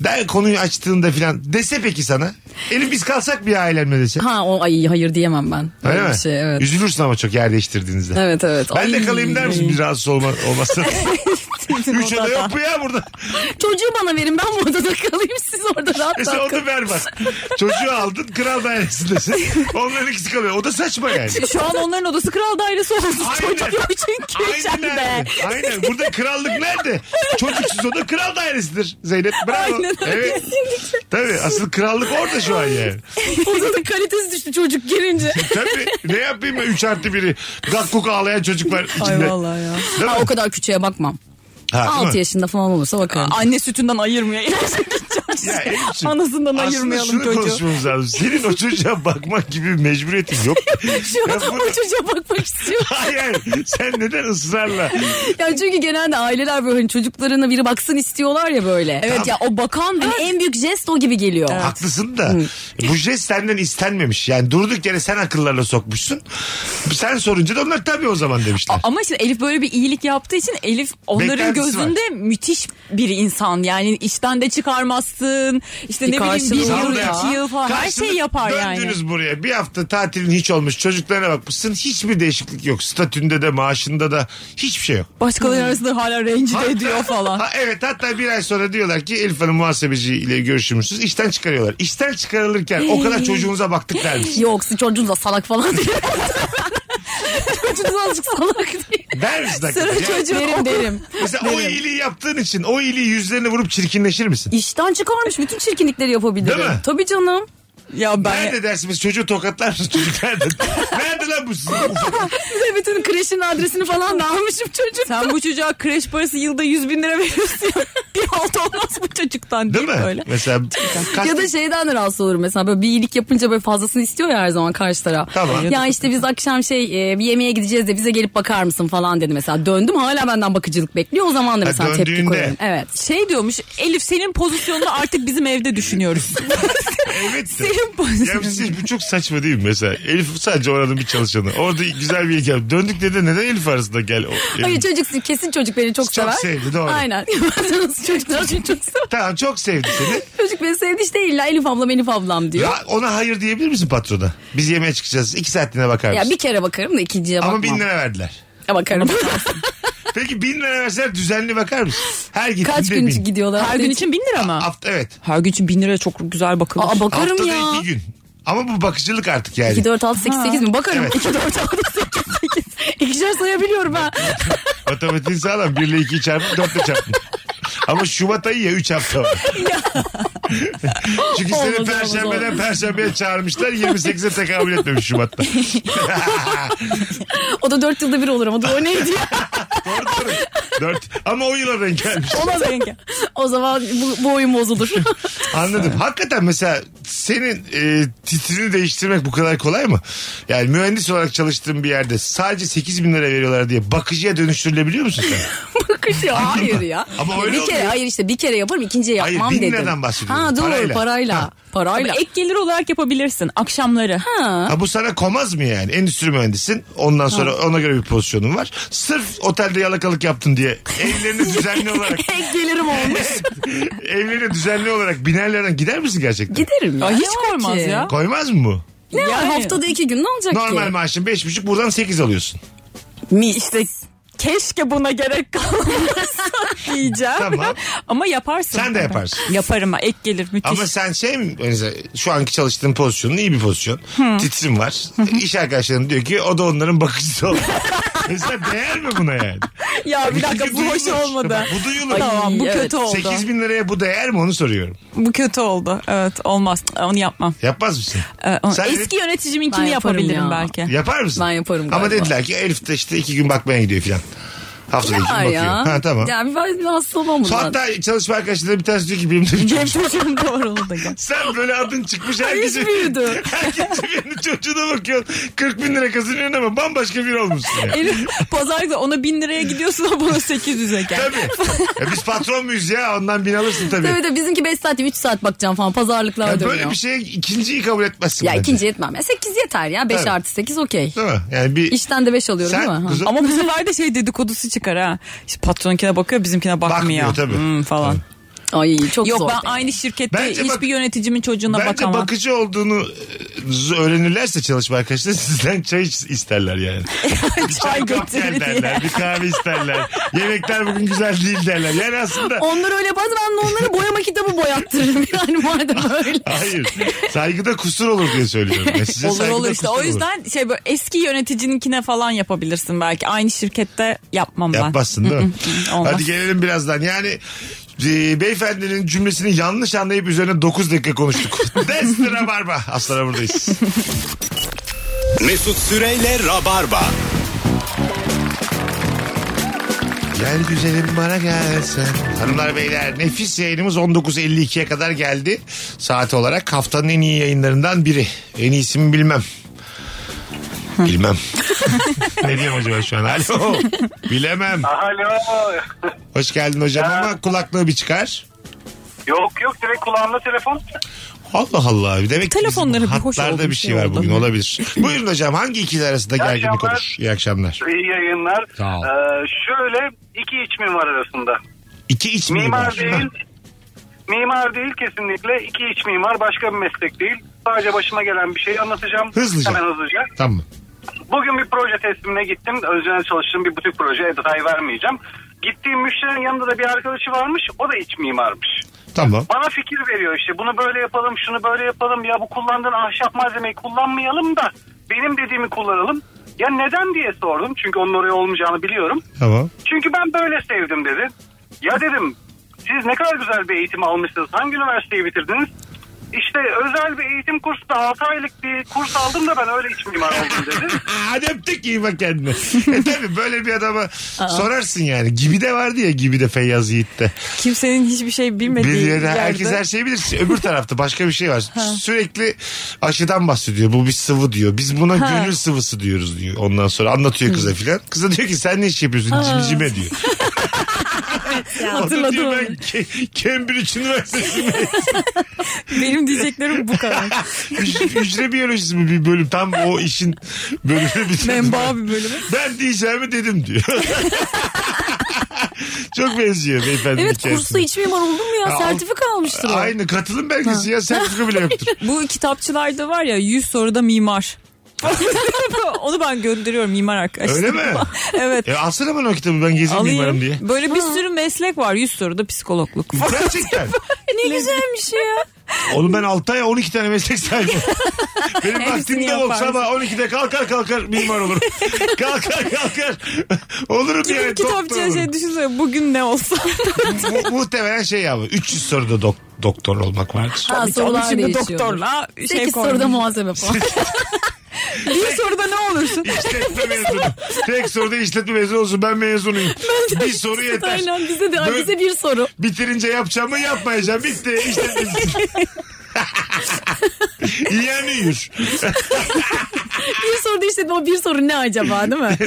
A: Der konuyu açtığında filan dese peki sana. Elif biz kalsak bir ailemle dese.
C: Ha o ay hayır diyemem ben.
A: Öyle
C: Öyle bir
A: mi?
C: Şey, evet.
A: Üzülürsün ama çok yer değiştirdiğinizde.
C: Evet evet.
A: Ben de
C: Ay.
A: kalayım der misin bir rahatsız olma, olmazsa? Üç oda yok bu ya burada.
C: Çocuğu bana verin ben bu odada kalayım siz orada rahat
A: Mesela
C: rahat kalın.
A: E onu ver bak. Çocuğu aldın kral dairesindesin. Onların ikisi kalıyor. O da saçma yani.
B: Şu an onların odası kral dairesi oldu.
A: Aynen.
B: Çocuk yok çünkü içeride.
A: Aynen. Aynen. Burada krallık nerede? Çocuksuz oda kral dairesidir Zeynep. Bravo.
B: Aynen öyle.
A: Evet. Tabii asıl krallık orada şu an yani.
C: Odanın kalitesi düştü çocuk girince.
A: Tabii ne yapayım ben 3 artı biri. Gakkuk ağlayan çocuk var içinde.
B: Ay vallahi ya.
A: Değil mi?
C: Ha, o kadar küçüğe bakmam.
A: Ha, değil mi?
C: 6 yaşında falan olursa bakarım.
B: Anne sütünden ayırmıyor.
A: Ya Elif'ciğim,
B: Anasından
A: aslında
B: ayırmayalım
A: şunu
B: çocuğu.
A: konuşmamız lazım. Senin o çocuğa bakmak gibi bir mecburiyetin yok.
C: Şu an
A: Ya bu-
C: o çocuğa bakmak istiyor.
A: Hayır. Sen neden ısrarla?
C: Yani çünkü genelde aileler böyle hani çocuklarına biri baksın istiyorlar ya böyle. Evet ya o bakan benim en büyük jest o gibi geliyor.
A: Haklısın da bu jest senden istenmemiş. Yani durduk yere sen akıllarına sokmuşsun. Sen sorunca da onlar tabii o zaman demişler.
B: Ama şimdi Elif böyle bir iyilik yaptığı için Elif onların
A: Beklentisi var.
B: gözünde müthiş bir insan. Yani işten de çıkarmazsın. İşte
C: Bir
B: ne bileyim bir
C: karşılığı
B: yıl,
C: olur
A: ya.
B: iki yıl falan her
A: Karşılık
B: şey yapar yani.
A: Döndünüz buraya. Bir hafta tatilin hiç olmuş. Çocuklarına bakmışsın. Hiçbir değişiklik yok. Statünde de maaşında da hiçbir şey yok.
B: Başkaları arasında hala rencide
A: Hatta-
B: ediyor falan.
A: Ha, evet hatta bir ay sonra diyorlar ki Elif Hanım muhasebeci ile görüşümüzsüz. işten çıkarıyorlar. İşten çıkarılırken o kadar çocuğunuza baktık dermiş.
C: Yoksa çocuğun da salak falan diye. çocuğun azıcık salak diye.
A: Dermiş dakika.
C: Sıra
A: Yani
C: çocuğu derim derim.
A: Mesela o iyiliği yaptığın için o iyiliği yüzlerine vurup çirkinleşir misin?
C: İşten çıkarmış bütün çirkinlikleri yapabilirim.
A: Değil mi?
C: Tabii canım.
B: Ya ben
C: Hani-
A: Nerede dersiniz çocuğu tokatlar mısınız çocuk nerede? nerede lan bu sizin?
C: Bir de bütün kreşin adresini falan da almışım çocuk.
B: sen bu çocuğa kreş parası yılda 100 bin lira veriyorsun. bir halt olmaz bu çocuktan
A: Değil
B: değil,
A: mi?
B: Öyle.
A: Mesela kast-
C: Ya da şeyden de rahatsız olurum mesela böyle bir iyilik yapınca böyle fazlasını istiyor ya her zaman karşı taraf.
A: Tamam.
C: Ya işte biz akşam şey e, bir yemeğe gideceğiz de bize gelip bakar mısın falan dedi mesela. Döndüm hala benden bakıcılık bekliyor o zaman da
A: Ha,
C: mesela
A: döndüğünde.
C: tepki koyarım. Evet.
B: Şey diyormuş Elif senin pozisyonunu artık bizim evde düşünüyoruz.
A: evet de.
B: senin
A: Ya
B: pozisyonunu.
A: siz bu çok saçma değil mi mesela? Elif sadece oranın bir çalışanı. Orada güzel bir hikaye. Döndük dedi neden Elif arasında gel? O, Elif-
C: Hayır çocuk kesin çocuk beni çok,
A: Çok
C: sever.
A: sevdi, doğru.
C: Aynen. Çocuklar beni çok sever.
A: Tamam çok sevdi seni.
C: Çocuk beni sevdi işte illa Elif ablam Elif ablam diyor.
A: Ya ona hayır diyebilir misin patrona? Biz yemeğe çıkacağız. iki saatliğine bakar
C: Ya
A: mısın?
C: bir kere bakarım da ikinciye bakmam.
A: Ama bin lira verdiler.
C: Ya bakarım.
A: Peki bin lira verseler düzenli bakar mısın? Her gittiğinde
C: Kaç
A: bin.
C: gün gidiyorlar?
B: Her gün için bin lira mı?
A: Hafta, evet.
B: Her gün için bin lira çok güzel bakılır.
C: Aa, bakarım
A: Haftada
C: ya.
A: iki gün. Ama bu bakıcılık artık yani.
C: 2, 4, 6, 8, 8 mi? Bakarım.
A: Evet.
C: 2, 4, 6, 8, 8. İkişer sayabiliyorum ha.
A: Matematiğin sağlam. 1 ile 2'yi çarpın 4 ile çarpın. Ama Şubat ayı ya 3 hafta var. Çünkü seni
C: Olmaz, olmaz,
A: Perşembeden Perşembe'ye çağırmışlar. 28'e tekabül etmemiş Şubat'ta.
C: O da 4 yılda bir olur ama dur, o neydi ya?
A: Doğru doğru. 4. Ama o yıla denk gelmiş.
C: Olmaz yenge. O zaman bu, bu oyun bozulur.
A: Anladım. Hakikaten mesela senin e, titrini değiştirmek bu kadar kolay mı? Yani mühendis olarak çalıştığın bir yerde sadece 8 bin lira veriyorlar diye bakıcıya dönüştürülebiliyor musun sen?
C: Bakış ya. Hayır ya.
A: Ama öyle
C: bir kere,
A: oluyor.
C: Hayır işte bir kere yaparım ikinciye
A: Hayır,
C: yapmam
A: bin
C: dedim.
A: liradan bahsediyorum.
C: Ha doğru
A: Parayla.
C: parayla.
A: Ha.
C: Parayla.
B: Ama ek gelir olarak yapabilirsin akşamları.
A: Ha bu sana komaz mı yani? Endüstri mühendisin. Ondan sonra ona göre bir pozisyonun var. Sırf otelde yalakalık yaptın diye evlerini düzenli olarak
C: Ek gelirim olmuş.
A: evlerini düzenli olarak binerlerden gider misin gerçekten?
C: Giderim ya.
B: Ya hiç
C: Ne var
B: koymaz
C: ki?
B: ya.
A: Koymaz mı bu?
C: Ne var
B: Yani.
C: haftada iki gün ne olacak
A: Normal
C: ki?
A: maaşın 5,5 buradan 8 alıyorsun.
C: Mis. İşte
B: Keşke buna gerek kalmasa diyeceğim.
A: Tamam.
B: Ama yaparsın.
A: Sen de
B: tabii.
A: yaparsın.
B: Yaparım ha, ek gelir müthiş.
A: Ama sen şey mi mesela şu anki çalıştığın pozisyonun iyi bir pozisyon. Titrin var. İş arkadaşların diyor ki o da onların bakıcısı olur. Mesela değer mi buna yani?
B: Ya bir dakika
A: Çünkü
B: bu hoş
A: duyulur.
B: olmadı.
A: Bu duyulur.
B: Tamam bu
C: Ay, evet.
B: kötü oldu.
A: 8 bin liraya bu değer mi onu soruyorum.
B: Bu kötü oldu. Evet olmaz. Onu yapmam.
A: Yapmaz mısın?
B: Ee, onu-
A: Sen-
B: Eski yöneticimin
C: Ben yaparım ya.
B: yapabilirim belki.
A: Yapar mısın?
C: Ben yaparım
A: Ama
C: galiba.
A: dediler ki Elif de işte iki gün bakmaya gidiyor filan. Haftada iki gün
C: Var
A: bakıyor.
C: ya.
A: Ha tamam.
C: Ya bir, bir hastalama bundan.
A: Sonra Hatta çalışma arkadaşlarına bir tanesi diyor ki benim de bir
B: Cem
A: çocuğum.
B: çocuğum doğruldu da gel.
A: Sen böyle adın çıkmış herkese.
C: büyüdü.
A: Herkese birinin çocuğuna bakıyorsun. 40 bin lira kazanıyorsun ama bambaşka biri olmuşsun. Yani.
B: Elif pazar günü ona bin liraya gidiyorsun ama buna 800'e gel.
A: tabii. Ya biz patron muyuz ya? Ondan bin alırsın tabii.
C: Tabii tabii bizimki 5 saat 3 saat bakacağım falan pazarlıklar
A: Ya
C: dönüyor.
A: böyle bir şey ikinciyi kabul etmezsin.
C: Ya
A: bence.
C: ikinci yetmem. Ya 8 yeter ya 5
A: Tabii.
C: artı 8 okey.
A: Değil mi? Yani bir
C: İşten de 5 alıyorum
A: Sen
C: değil mi? Ha.
A: kızım-
B: Ama bu sefer de şey dedikodusu çıkar ha. İşte patronkine bakıyor bizimkine bakmıyor.
A: Bakmıyor tabii.
B: Hmm, falan.
C: Ay çok
B: Yok
C: zor.
B: ben aynı şirkette
A: Bence
B: hiçbir
A: bak-
B: yöneticimin çocuğuna
A: Bence
B: bakamam.
A: bakıcı olduğunu e, öğrenirlerse çalışma arkadaşları sizden çay iç- isterler yani. Bir
B: Çay
A: kap
B: götür
A: gel
B: diye.
A: derler, bir kahve isterler. Yemekler bugün güzel değil derler. Yani aslında
C: Onlar öyle yapar ben de onları boyama kitabı boyattırırım yani madem öyle.
A: hayır. Saygıda kusur olur diye söylüyorum. Yani size
B: Olur
A: saygıda
B: olur işte.
A: kusur
B: O
A: olur.
B: yüzden şey böyle eski yöneticininkine falan yapabilirsin belki. Aynı şirkette yapmam ben.
A: Yapmazsın değil mi?
B: hı, olmaz.
A: Hadi gelelim birazdan. Yani e, beyefendinin cümlesini yanlış anlayıp üzerine 9 dakika konuştuk. Destra Rabarba. Aslara buradayız.
G: Mesut Süreyle Rabarba.
A: Gel güzelim bana gelsen. Hanımlar beyler nefis yayınımız 19.52'ye kadar geldi. Saat olarak haftanın en iyi yayınlarından biri. En iyisi mi bilmem. Bilmem. ne diyeyim acaba şu an? Alo. Bilemem.
E: Alo.
A: Hoş geldin hocam ama kulaklığı bir çıkar.
E: Yok yok direkt kulağımda telefon.
A: Allah Allah. Demek ki
B: Telefonları
A: bizim
B: bir hoş
A: hatlarda
B: oldu,
A: bir
B: bir
A: şey
B: şey
A: var
B: oldu.
A: bugün olabilir. Buyurun hocam hangi ikili arasında gerginlik
E: akşamlar.
A: olur? İyi akşamlar.
E: İyi yayınlar.
A: Sağ ol.
E: Ee, şöyle iki içmin var arasında.
A: İki iç mi
E: Mimar
A: var?
E: değil. Mimar değil kesinlikle. iki iç mimar başka bir meslek değil. Sadece başıma gelen bir şeyi anlatacağım.
A: Hızlıca.
E: Hemen hızlıca.
A: Tamam.
E: Bugün bir proje teslimine gittim. Özel çalıştığım bir butik proje. Detay vermeyeceğim. Gittiğim müşterinin yanında da bir arkadaşı varmış. O da iç mimarmış.
A: Tamam.
E: Bana fikir veriyor işte bunu böyle yapalım şunu böyle yapalım ya bu kullandığın ahşap malzemeyi kullanmayalım da benim dediğimi kullanalım. Ya neden diye sordum çünkü onun oraya olmayacağını biliyorum.
A: Tamam.
E: Çünkü ben böyle sevdim dedi. Ya dedim siz ne kadar güzel bir eğitim almışsınız hangi üniversiteyi bitirdiniz? İşte özel bir eğitim kursunda 6 aylık bir kurs aldım da ben öyle iç mimar oldum dedi.
A: Hadi öptük iyi bak kendine. e tabi böyle bir adama sorarsın yani. Gibi de vardı ya gibi de Feyyaz Yiğit'te.
B: Kimsenin hiçbir şey bilmediği
A: Bir
B: yerde.
A: yerde herkes her şeyi bilir. Öbür tarafta başka bir şey var. Sürekli aşıdan bahsediyor. Bu bir sıvı diyor. Biz buna gönül sıvısı diyoruz diyor. Ondan sonra anlatıyor kıza filan. Kıza diyor ki sen ne iş yapıyorsun? Cimcime diyor. O da
B: Hatırladım
A: diyor,
B: onu.
A: ben Ke- Cambridge Üniversitesi
B: Benim diyeceklerim bu kadar.
A: Hüc- hücre biyolojisi mi bir bölüm tam o işin bölümü bitirdim.
B: Menba bir bölümü.
A: Ben diyeceğimi dedim diyor. Çok benziyor beyefendi
C: Evet kursta iç mimar oldum ya
A: Aa,
C: sertifika almıştır o.
A: Aynı katılım belgesi ya sertifika bile yoktur.
B: Bu kitapçılarda var ya 100 soruda mimar. Onu ben gönderiyorum mimar arkadaşlar.
A: Öyle mi?
B: evet.
A: E alsana bana o kitabı ben gezeyim mimarım diye.
B: Alayım. Böyle bir sürü meslek var. 100 soruda psikologluk.
A: Gerçekten.
C: Ne güzelmiş ya.
A: Oğlum ben 6 ay 12 tane meslek sahibi. Benim vaktim de yok
B: yaparsın.
A: sabah 12'de kalkar kalkar mimar olurum. kalkar kalkar. Olurum yani.
B: Gidip
A: doktor
B: kitapçıya
A: olurum.
B: şey düşünsene bugün ne olsa.
A: Mu- muhtemelen şey ya bu, 300 soruda dok- doktor olmak vardır.
C: Ha, sorular
B: şimdi
C: değişiyor.
B: doktorla şey
C: 8
B: koymuş.
C: soruda muhasebe falan.
B: Bir soruda ne olursun?
A: İşletme mezunu. Tek soruda işletme mezunu olsun. Ben mezunuyum. bir soru yeter.
C: Aynen bize de
A: Böyle-
C: bize bir soru.
A: Bitirince yapacağımı yapmayacağım. Bitti. İşletmecisin. yani yür.
C: Bir soru da işledim o bir soru ne acaba değil mi?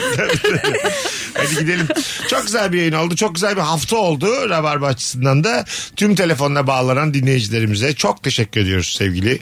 A: Hadi gidelim. Çok güzel bir yayın oldu. Çok güzel bir hafta oldu. Rabarba açısından da tüm telefonla bağlanan dinleyicilerimize çok teşekkür ediyoruz sevgili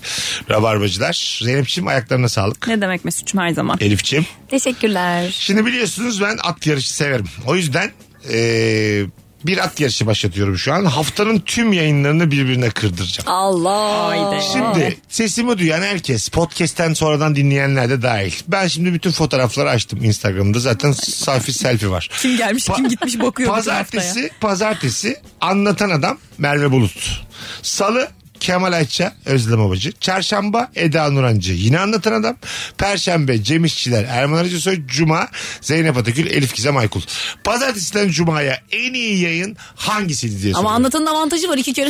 A: Rabarbacılar. Zeynep'ciğim ayaklarına sağlık.
B: Ne demek Mesut'cum her zaman?
A: Elif'ciğim.
C: Teşekkürler.
A: Şimdi biliyorsunuz ben at yarışı severim. O yüzden eee, bir at yarışı başlatıyorum şu an. Haftanın tüm yayınlarını birbirine kırdıracağım.
C: Allah.
A: Şimdi sesimi duyan herkes podcast'ten sonradan dinleyenler de dahil. Ben şimdi bütün fotoğrafları açtım Instagram'da zaten safi selfie var.
B: Kim gelmiş kim gitmiş bakıyor. bütün haftaya.
A: Pazartesi, pazartesi anlatan adam Merve Bulut. Salı Kemal Ayça, Özlem Abacı. Çarşamba Eda Nurancı. Yine anlatan adam. Perşembe Cem İşçiler, Erman Arıcı Soy. Cuma Zeynep Atakül, Elif Gizem Aykul. Pazartesiden Cuma'ya en iyi yayın hangisiydi diye
C: Ama
A: soruyorum.
C: anlatanın avantajı var iki kere.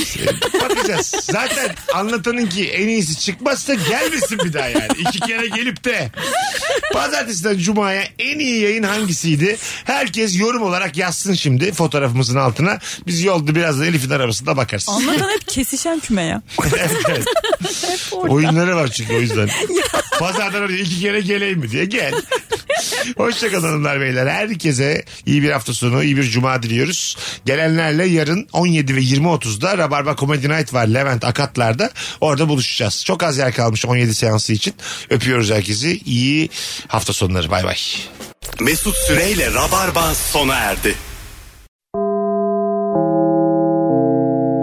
A: Bakacağız. Zaten anlatanın ki en iyisi çıkmazsa gelmesin bir daha yani. İki kere gelip de. Pazartesiden Cuma'ya en iyi yayın hangisiydi? Herkes yorum olarak yazsın şimdi fotoğrafımızın altına. Biz yolda biraz da Elif'in arabasında bakarız.
B: Anlatan hep kesişen küme ya.
A: Evet, evet. Oyunları var çünkü o yüzden. Pazardan oraya iki kere geleyim mi diye gel. Hoşçakalın hanımlar beyler. Herkese iyi bir hafta sonu, iyi bir cuma diliyoruz. Gelenlerle yarın 17 ve 20.30'da Rabarba Comedy Night var Levent Akatlar'da. Orada buluşacağız. Çok az yer kalmış 17 seansı için. Öpüyoruz herkesi. İyi hafta sonları. Bay bay.
G: Mesut Süreyle Rabarba sona erdi.